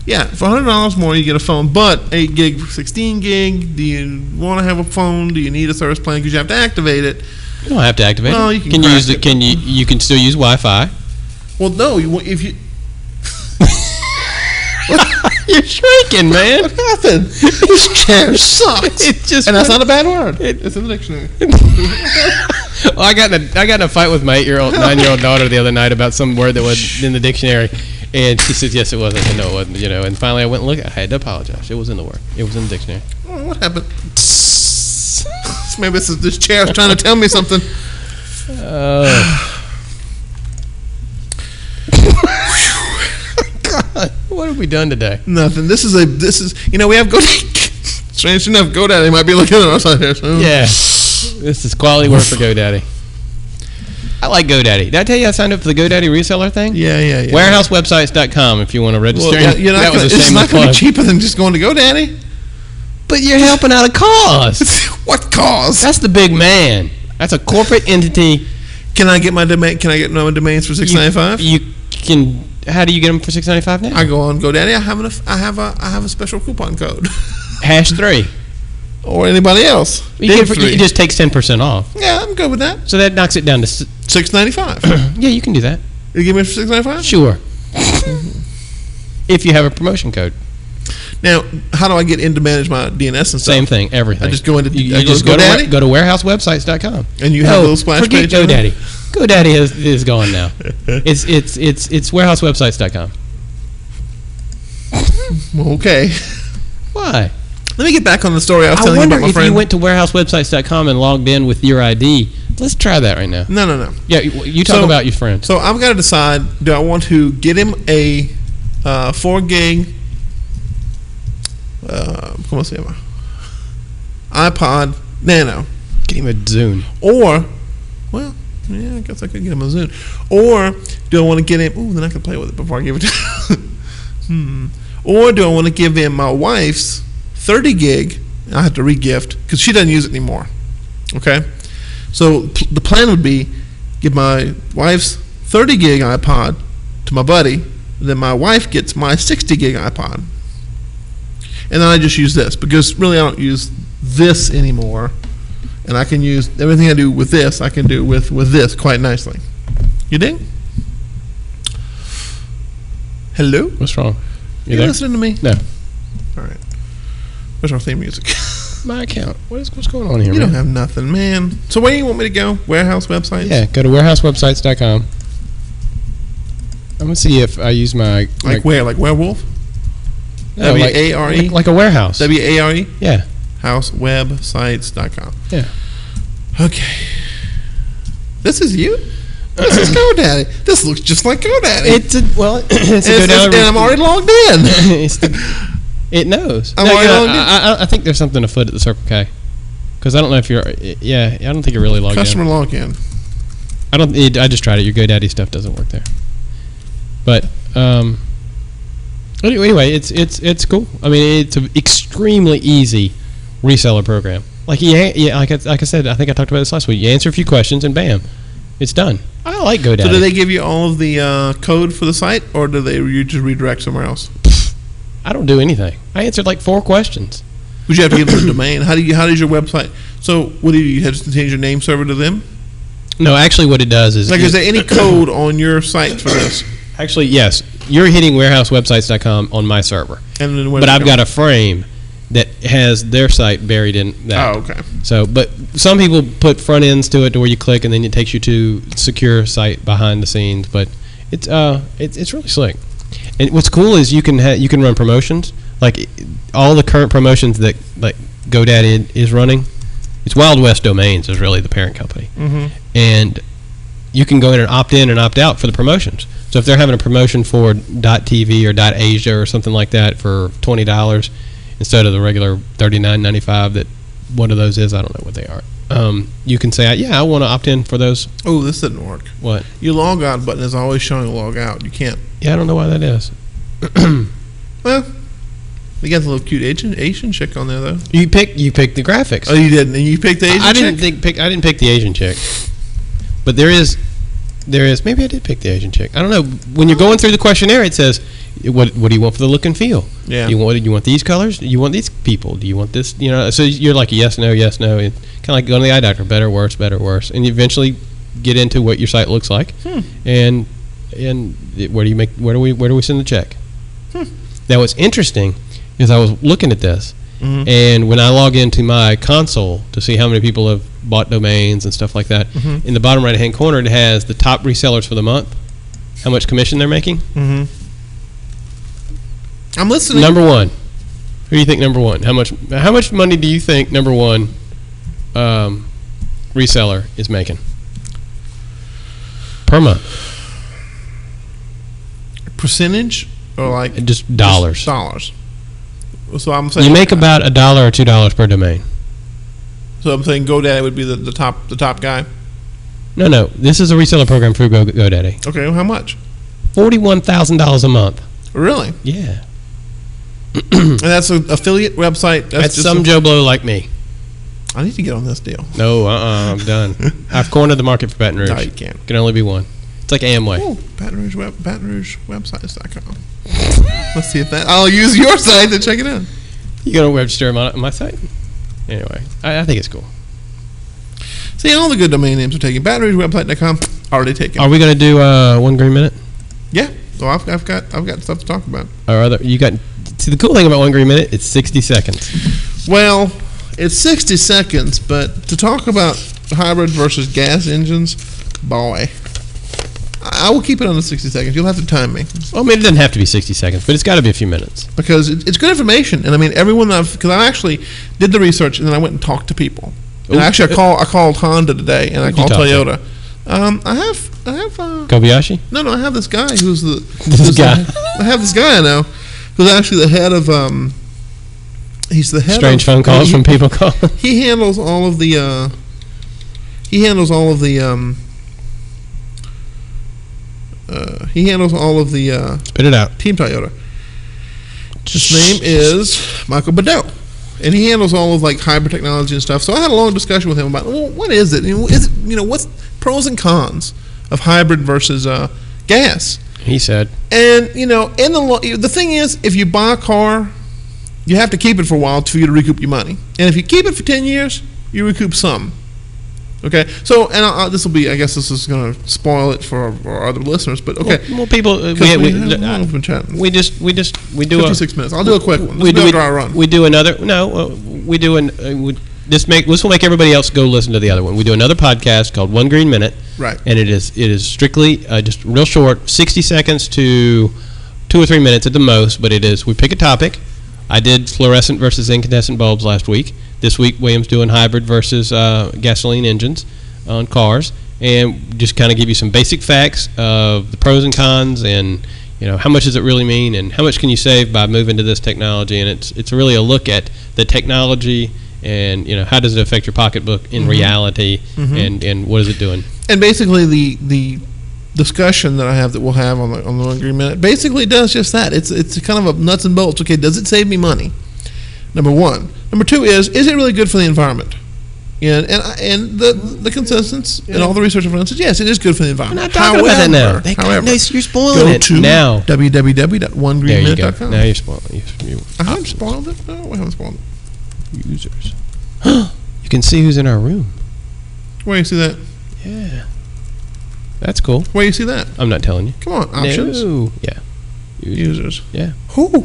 B: yeah, for hundred dollars more, you get a phone, but eight gig, sixteen gig. Do you want to have a phone? Do you need a service plan? Because you have to activate it.
C: You don't have to activate
B: Well,
C: it.
B: you can
C: Oh, you
B: crack
C: use
B: it.
C: Can you? You can still use Wi-Fi.
B: Well, no, you, if you
C: You're shrinking, man.
B: What happened? This chair sucks.
C: It just
B: and that's
C: went-
B: not a bad word.
C: it-
B: it's in the dictionary.
C: Well, I got in a, I got in a fight with my eight year old nine year old daughter the other night about some word that was in the dictionary, and she says yes it was. I said no it wasn't. You know, and finally I went and looked. I had to apologize. It was in the word. It was in the dictionary.
B: Oh, what happened? Maybe this is this chair is trying to tell me something. Uh.
C: What have we done today?
B: Nothing. This is a this is you know we have GoDaddy. Strange enough, GoDaddy might be looking at us out here soon.
C: Yeah, this is quality work for GoDaddy. I like GoDaddy. Did I tell you I signed up for the GoDaddy reseller thing?
B: yeah, yeah. yeah.
C: Warehousewebsites.com if you want to register.
B: Well, yeah, you're not
C: that
B: gonna,
C: was a
B: it's not
C: shameless
B: going to
C: plug.
B: be cheaper than just going to GoDaddy.
C: But you're helping out a cause.
B: what cause?
C: That's the big man. That's a corporate entity.
B: Can I get my domain? Can I get my domains for six ninety five?
C: You can. How do you get them for six ninety five now?
B: I go on GoDaddy. I have an, I have a I have a special coupon code.
C: hash three.
B: or anybody else.
C: You
B: Dig
C: get-
B: three.
C: It just takes ten percent off,
B: yeah, I'm good with that.
C: so that knocks it down to. s-
B: Six ninety five. you
C: Yeah, you can do that.
B: give me six ninety five.
C: Sure. if you have a promotion code,
B: Now, how do I get in to manage my DNS and stuff?
C: same thing, everything.
B: I just go into-
C: you,
B: I
C: you
B: go to
C: just go, to
B: GoDaddy?
C: wa- go to warehousewebsites.com.
B: And you have a little splash
C: Oh, forget
B: page on
C: GoDaddy.
B: it?
C: GoDaddy is, is gone now. it's it's it's it's warehousewebsites.com.
B: Okay.
C: Why?
B: Let me get back on the story I was
C: I
B: telling you
C: wonder
B: about my
C: if
B: friend.
C: you went to warehousewebsites.com and logged in with your ID. Let's try that right now.
B: no, no, no.
C: Yeah, you, you talk
B: So-
C: about your friends.
B: So I've got to decide: do I want to get him a uh, four gig? Uh, ¿Cómo se llama? iPod Nano,
C: Get him a Zune.
B: or well, yeah, I guess I could get him a Zune. Or do I want to get him? Ooh, then I can play with it before I give it. to Hmm. Or do I want to give him my wife's thirty gig? I have to regift because she doesn't use it anymore. Okay. So pl- the plan would be give my wife's 30 gig iPod to my buddy, then my wife gets my 60 gig iPod. And then I just use this because really I don't use this anymore. And I can use everything I do with this, I can do with, with this quite nicely. You dig? Hello?
C: What's wrong?
B: You,
C: You there?
B: listening to me?
C: No.
B: All right. Where's our theme music?
C: My account. What is what's going on here?
B: you
C: man?
B: don't have nothing, man. So where do you want me to go? Warehouse website?
C: Yeah, go to warehousewebsites.com. I'm gonna see if I use my
B: Like where? Like werewolf?
C: no, like-
B: W-A-R-E?
C: like, like a warehouse.
B: E? W A R E?
C: yeah,
B: Housewebsites.com.
C: Yeah.
B: Okay. This is you? This is GoDaddy. This looks just like GoDaddy.
C: it's a well, it's a
B: E? It's- it's-
C: go down.
B: and I'm already logged in.
C: it's the, it knows.
B: I'm
C: No,
B: already
C: you know,
B: logged in.
C: I, I, I think there's something afoot at the Circle K. Because I don't know if you're, yeah, I don't think you're really logged
B: Customer login.
C: in. I don't. It, I just tried it. Your GoDaddy stuff doesn't work there. But um, anyway, anyway, it's it's it's cool. I mean, it's an extremely easy reseller program. Like yeah, yeah. Like I, like I said, I think I talked about this last week. You answer a few questions and bam, it's done. I like GoDaddy.
B: So do they give you all of the uh, code for the site, or do they you just redirect somewhere else?
C: I don't do anything. I answered like four questions.
B: Would you have to give them the domain? How do you? How does your website? So what do you, you have to change your name server to them?
C: No, actually, what it does is
B: Like, is there any code on your site for this?
C: Actually, yes. You're hitting warehousewebsites.com on my server,
B: And then where
C: but
B: does it
C: I've
B: come-
C: got a frame that has their site buried in that.
B: Oh, okay.
C: So, but some people put front ends to it to where you click and then it takes you to secure site behind the scenes. But it's uh, it's it's really slick. And what's cool is you can ha- you can run promotions like all the current promotions that like GoDaddy is running. It's Wild West Domains is really the parent company
B: Mm-hmm.
C: and you can go in and opt in and opt out for the promotions. So if they're having a promotion for .tv or .asia or something like that for twenty dollars instead of the regular thirty nine ninety five that one of those is, I don't know what they are. Um, you can say, yeah, I want to opt in for those.
B: Oh, this didn't work.
C: What?
B: Your log out button is always showing log out. You can't.
C: Yeah, I don't know why that is.
B: Well, we got the little cute Asian Asian chick on there though.
C: You pick you pick the graphics.
B: Oh, you didn't. And you picked the Asian
C: I
B: chick.
C: didn't think pick. I didn't pick the Asian chick, but there is, there is. Maybe I did pick the Asian chick. I don't know. When you're going through the questionnaire, it says, "What what do you want for the look and feel?
B: Yeah.
C: You want you want these colors? You want these people? Do you want this? You know." So you're like yes, no, yes, no. Kind of like going to the eye doctor. Better, worse, better, worse, and you eventually get into what your site looks like, and and it- where do you make where do we where do we send the check? Now what's interesting is I was looking at this.
B: Mhm.
C: And when I log into my console to see how many people have bought domains and stuff like that,
B: Mhm.
C: in the bottom right hand corner, it has the top resellers for the month, how much commission they're making.
B: Mm-hmm. I'm listening.
C: Number one, who do you think number one? How much? How much money do you think number one um, reseller is making per month?
B: Percentage or like
C: Just dollars.
B: just Dollars. So I'm saying
C: You make about a dollar or two dollars per domain.
B: So I'm saying GoDaddy would be the, the top the top guy.
C: No, no, this is a reseller program through Go- GoDaddy.
B: Okay, well, how much?
C: Forty-one thousand dollars a month.
B: Really?
C: Yeah,
B: and that's an affiliate website. That's,
C: that's
B: just
C: some
B: a-
C: Joe Blow like me.
B: I need to get on this deal.
C: No, uh, uh I'm done. I've cornered the market for Baton Rouge.
B: No, you can't.
C: Can only be one. It's like Amway.
B: Oh, Baton Rouge web Baton Rouge websites.com. Let's see if that. I'll use your site to check it out.
C: You go to register my my site. Anyway, I, I think it's cool.
B: See, all the good domain names are taken. Batteries, website.com, already taken.
C: Are we gonna do uh, one green minute?
B: Yeah. So I've, I've got I've got stuff to talk about.
C: Or other? You got see the cool thing about one green minute? It's sixty seconds.
B: Well, it's 60 seconds, but to talk about hybrid versus gas engines, boy, I I will keep it under 60 seconds. You'll have to time me
C: Well, I mean, it doesn't have to be sixty seconds, but it's got to be a few minutes.
B: because it, it's good information. And I mean, everyone I've because I actually did the research and then I went and talked to people. And
C: Ooh.
B: actually, I call I called Honda today and I
C: Who'd you
B: called
C: talk to?
B: Toyota. Um, I have I have uh,
C: Kobayashi.
B: no no I have this guy who's the
C: This
B: who's the-
C: guy.
B: I have this guy I know who's actually the head of um. He's the head.
C: Strange
B: of,
C: phone calls
B: he-
C: from people calling.
B: he handles all of the uh, he handles all of the um, uh, he handles all of the uh,
C: Spit it out.
B: team Toyota. His name is Michael Badeau. And he handles all of like hybrid technology and stuff. So I had a long discussion with him about well, what is it? You know, Is it you know what's pros and cons of hybrid versus uh, gas?
C: He said,
B: And you know, in the lo- the thing is, if you buy a car, you have to keep it for a while for you to recoup your money. And if you keep it for ten years, you recoup some. Okay. So, and I, I, this will be, I guess, this is going to spoil it for our, our other listeners. But okay,
C: "Well, people, uh,
B: 'Cause
C: we,
B: we
C: we,
B: have-
C: uh,
B: we've been chatting.
C: we just, we just, we do a,
B: fifty-six minutes. I'll do a quick one.
C: we
B: Let's do
C: do
B: a dry run.
C: We do another. No, uh, we do an. Uh, we, this make this will make everybody else go listen to the other one. We do another podcast called One Green Minute,
B: Right.
C: and it is it is strictly uh, just real short, sixty seconds to two or three minutes at the most. But it is we pick a topic. I did fluorescent versus incandescent bulbs last week. This week, Williams doing hybrid versus uh, gasoline engines on cars, and just kind of give you some basic facts of the pros and cons and you know how much does it really mean and how much can you save by moving to this technology and it's it's really a look at the technology and you know how does it affect your pocketbook in reality
B: Mhm.
C: and and what is it doing
B: And basically, the the discussion that I have that we'll have on the on the one green minute basically does just that. It's it's kind of a nuts and bolts. Okay, does it save me money? Number one. Number two is is it really good for the environment? And and I- and the the consensus and all the research I've done says yes, it is good for the
C: we're not
B: environment.
C: talking about that now
B: However- however,
C: you're spoiling
B: go
C: it
B: to
C: now there you go now
B: www.onegreenminute.com.
C: you're spoiling you, you
B: I haven't spoiled it. No, I haven't spoiled it.
C: users you can see who's in our room
B: Where you see that?
C: yeah that's cool
B: Where you see that?
C: i'm not telling you
B: Come on, options,
C: no. yeah
B: users.
C: Yeah.
B: Who? Look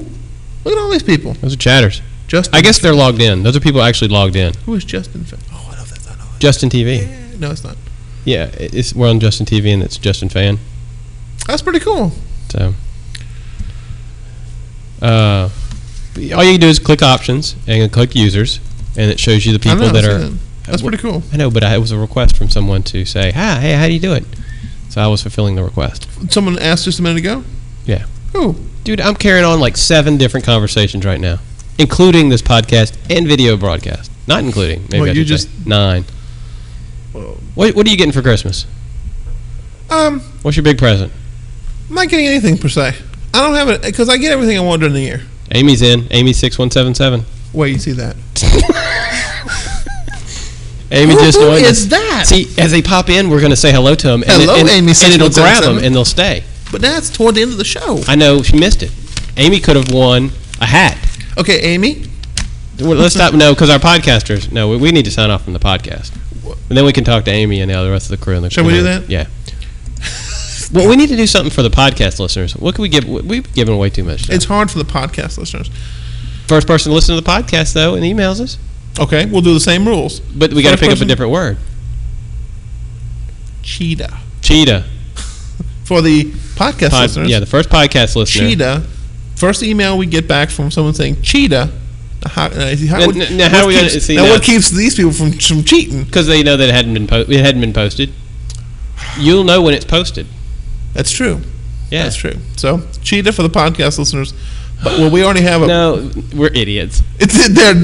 B: at all these people.
C: those are chatters
B: Justin.
C: i guess they're logged in those are people actually logged in
B: Who is Justin? Fa- Oh, I know that's I know that.
C: justin tv
B: Yeah, No, it's not.
C: Yeah, it- it's we're on Justin TV, and it's Justin Fan.
B: That's pretty cool.
C: So, uh, all you do is click options and then click users, and it shows you the
B: I
C: people
B: know,
C: that
B: I've
C: are.
B: seen that. That's pretty cool.
C: I know, but I, it was a request from someone to say, "Hi, hey, how do you do it?" So I was fulfilling the request.
B: Someone asked just a minute ago.
C: Yeah.
B: Who?
C: Dude, I'm carrying on like seven different conversations right now, including this podcast and video broadcast. Not including. Maybe
B: Well,
C: I
B: you
C: should say nine.
B: Whoa.
C: What What are you getting for Christmas?
B: Um,
C: What's your big present?
B: I'm not getting anything per se. I don't have it because I get everything I want during the year.
C: Amy's in. Amy six one seven seven.
B: Wait, you see that?
C: Amy
B: Who-
C: just
B: who
C: joined us.
B: is that?
C: See, as they pop in, we're going to say hello to them. And
B: Hello,
C: and,
B: Amy
C: And it'll grab them,
B: 6177.
C: and they'll stay.
B: But that's toward the end of the show.
C: I know she missed it. Amy could have won a hat.
B: Okay, Amy.
C: Well, let's stop. No, because our podcasters. No, we, we need to sign off from the podcast, and then we can talk to Amy and the other rest of the crew. And the
B: Shall we do that?
C: Yeah. Well, we need to do something for the podcast listeners. What can we give? We've given away too much.
B: It's hard for the podcast listeners.
C: First person to listen to the podcast though and emails us,
B: Okay, we'll do the same rules.
C: but we got to
B: First
C: pick up a
B: person-
C: different word.
B: Cheetah
C: Cheetah.
B: for the podcast
C: Pod-
B: listeners.
C: yeah, the first podcast listener.
B: cheetah. First email we get back from someone saying cheetah. How, now, see, how,
C: Now-
B: would-
C: now, how
B: what
C: are we gonna-
B: keeps-
C: see,
B: now
C: now-
B: what keeps these people from, from cheating?
C: because they know that it hadn't been po- it hadn't been posted. You'll know when it's posted.
B: That's true.
C: Yeah,
B: That's true. So cheetah for the podcast listeners. But well, we already have a.
C: No, we're idiots.
B: It's they're.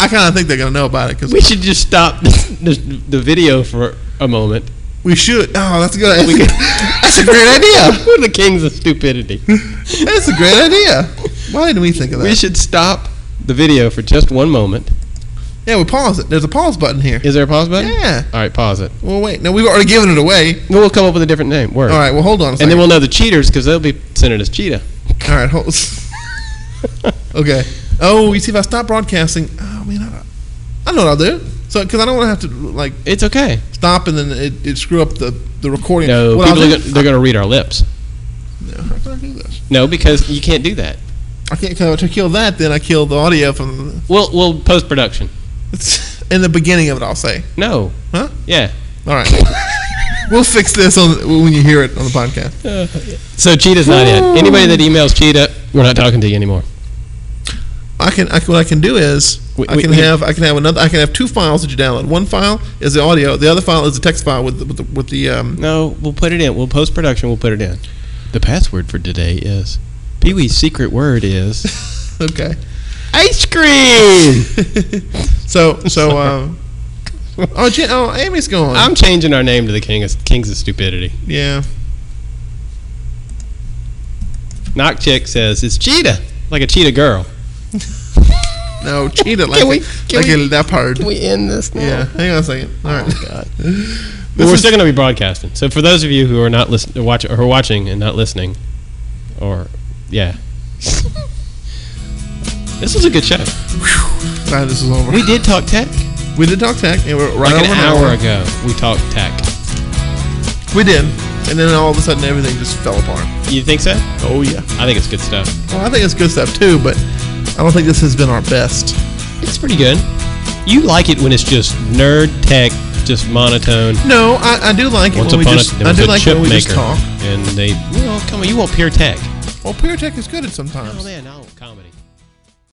B: I kind of think they're gonna know about it because
C: We should just stop this, this, the video for a moment.
B: we should. Oh, that's a good. That's, a, that's a great idea.
C: We're the kings of stupidity.
B: That's a great idea. Why didn't we think of
C: We
B: that?
C: should stop the video for just one moment.
B: Yeah, we pause it. There's a pause button here.
C: Is there a pause button?
B: Yeah.
C: All right, pause it.
B: Well, wait. No, we've already given it away.
C: Then we'll come up with a different name. Word.
B: All right. Well, hold on. A
C: And
B: second.
C: then we'll know the cheaters because they'll be sending us cheetah.
B: All right. Hold. okay. Oh, you see, if I stop broadcasting, oh man, I, I know what I'll do. So, because I don't want to have to like
C: It's okay.
B: stop and then it, it screw up the, the recording.
C: No,
B: What I'll
C: people are
B: do-
C: gonna, they're going to read our lips.
B: No, how can I do this?
C: No, because you can't do that.
B: I can't. 'cause To kill that, then I kill the audio from
C: We'll we'll post production.
B: it's in the beginning of it. I'll say,
C: No.
B: Huh?
C: Yeah.
B: all right, we'll fix this on when you hear it on the podcast.
C: So Cheetah's not in. Anybody that emails Cheetah, we're not talking to you anymore.
B: I can. I, can- what I can do is
C: We-
B: I
C: we-
B: can
C: we-
B: have. I can have another. I can have two files that you download. One file is the audio. The other file is the text file with the, with the, with the um.
C: No, we'll put it in. We'll post production. We'll put it in. The password for today is Pee Wee's secret word is
B: Okay.
C: ice cream.
B: so so. Um, oh, Jan- oh, Amy's gone.
C: I'm changing our name to the King of Kings of Stupidity.
B: yeah.
C: Knock Chick says it's Cheetah, like a cheetah girl.
B: No, cheetah like
C: we-
B: a,
C: can
B: like
C: we-
B: a leopard.
C: we end this now?
B: Yeah. Hang on a second. All right.
C: God. Well, we're still going to be broadcasting. So for those of you who are not listening, watch or who are watching and not listening, or yeah, this was a good show.
B: Glad this is over.
C: We did talk tech
B: We did talk tech, and we're right
C: like an
B: over
C: hour ago. We talked tech.
B: We did, and then all of a sudden everything just fell apart.
C: You think so?
B: Oh yeah.
C: I think it's good stuff.
B: Well, I think it's good stuff too, but I don't think this has been our best.
C: It's pretty good. You like it when it's just nerd tech, just monotone.
B: No, I, I do like it
C: Once
B: when we
C: upon
B: just.
C: a, there
B: I
C: was
B: do
C: a
B: like it
C: chip
B: when we
C: maker,
B: just talk.
C: and they well, come on, you want pure tech?
B: Well, pure tech is good at sometimes.
C: Oh, man, no comedy.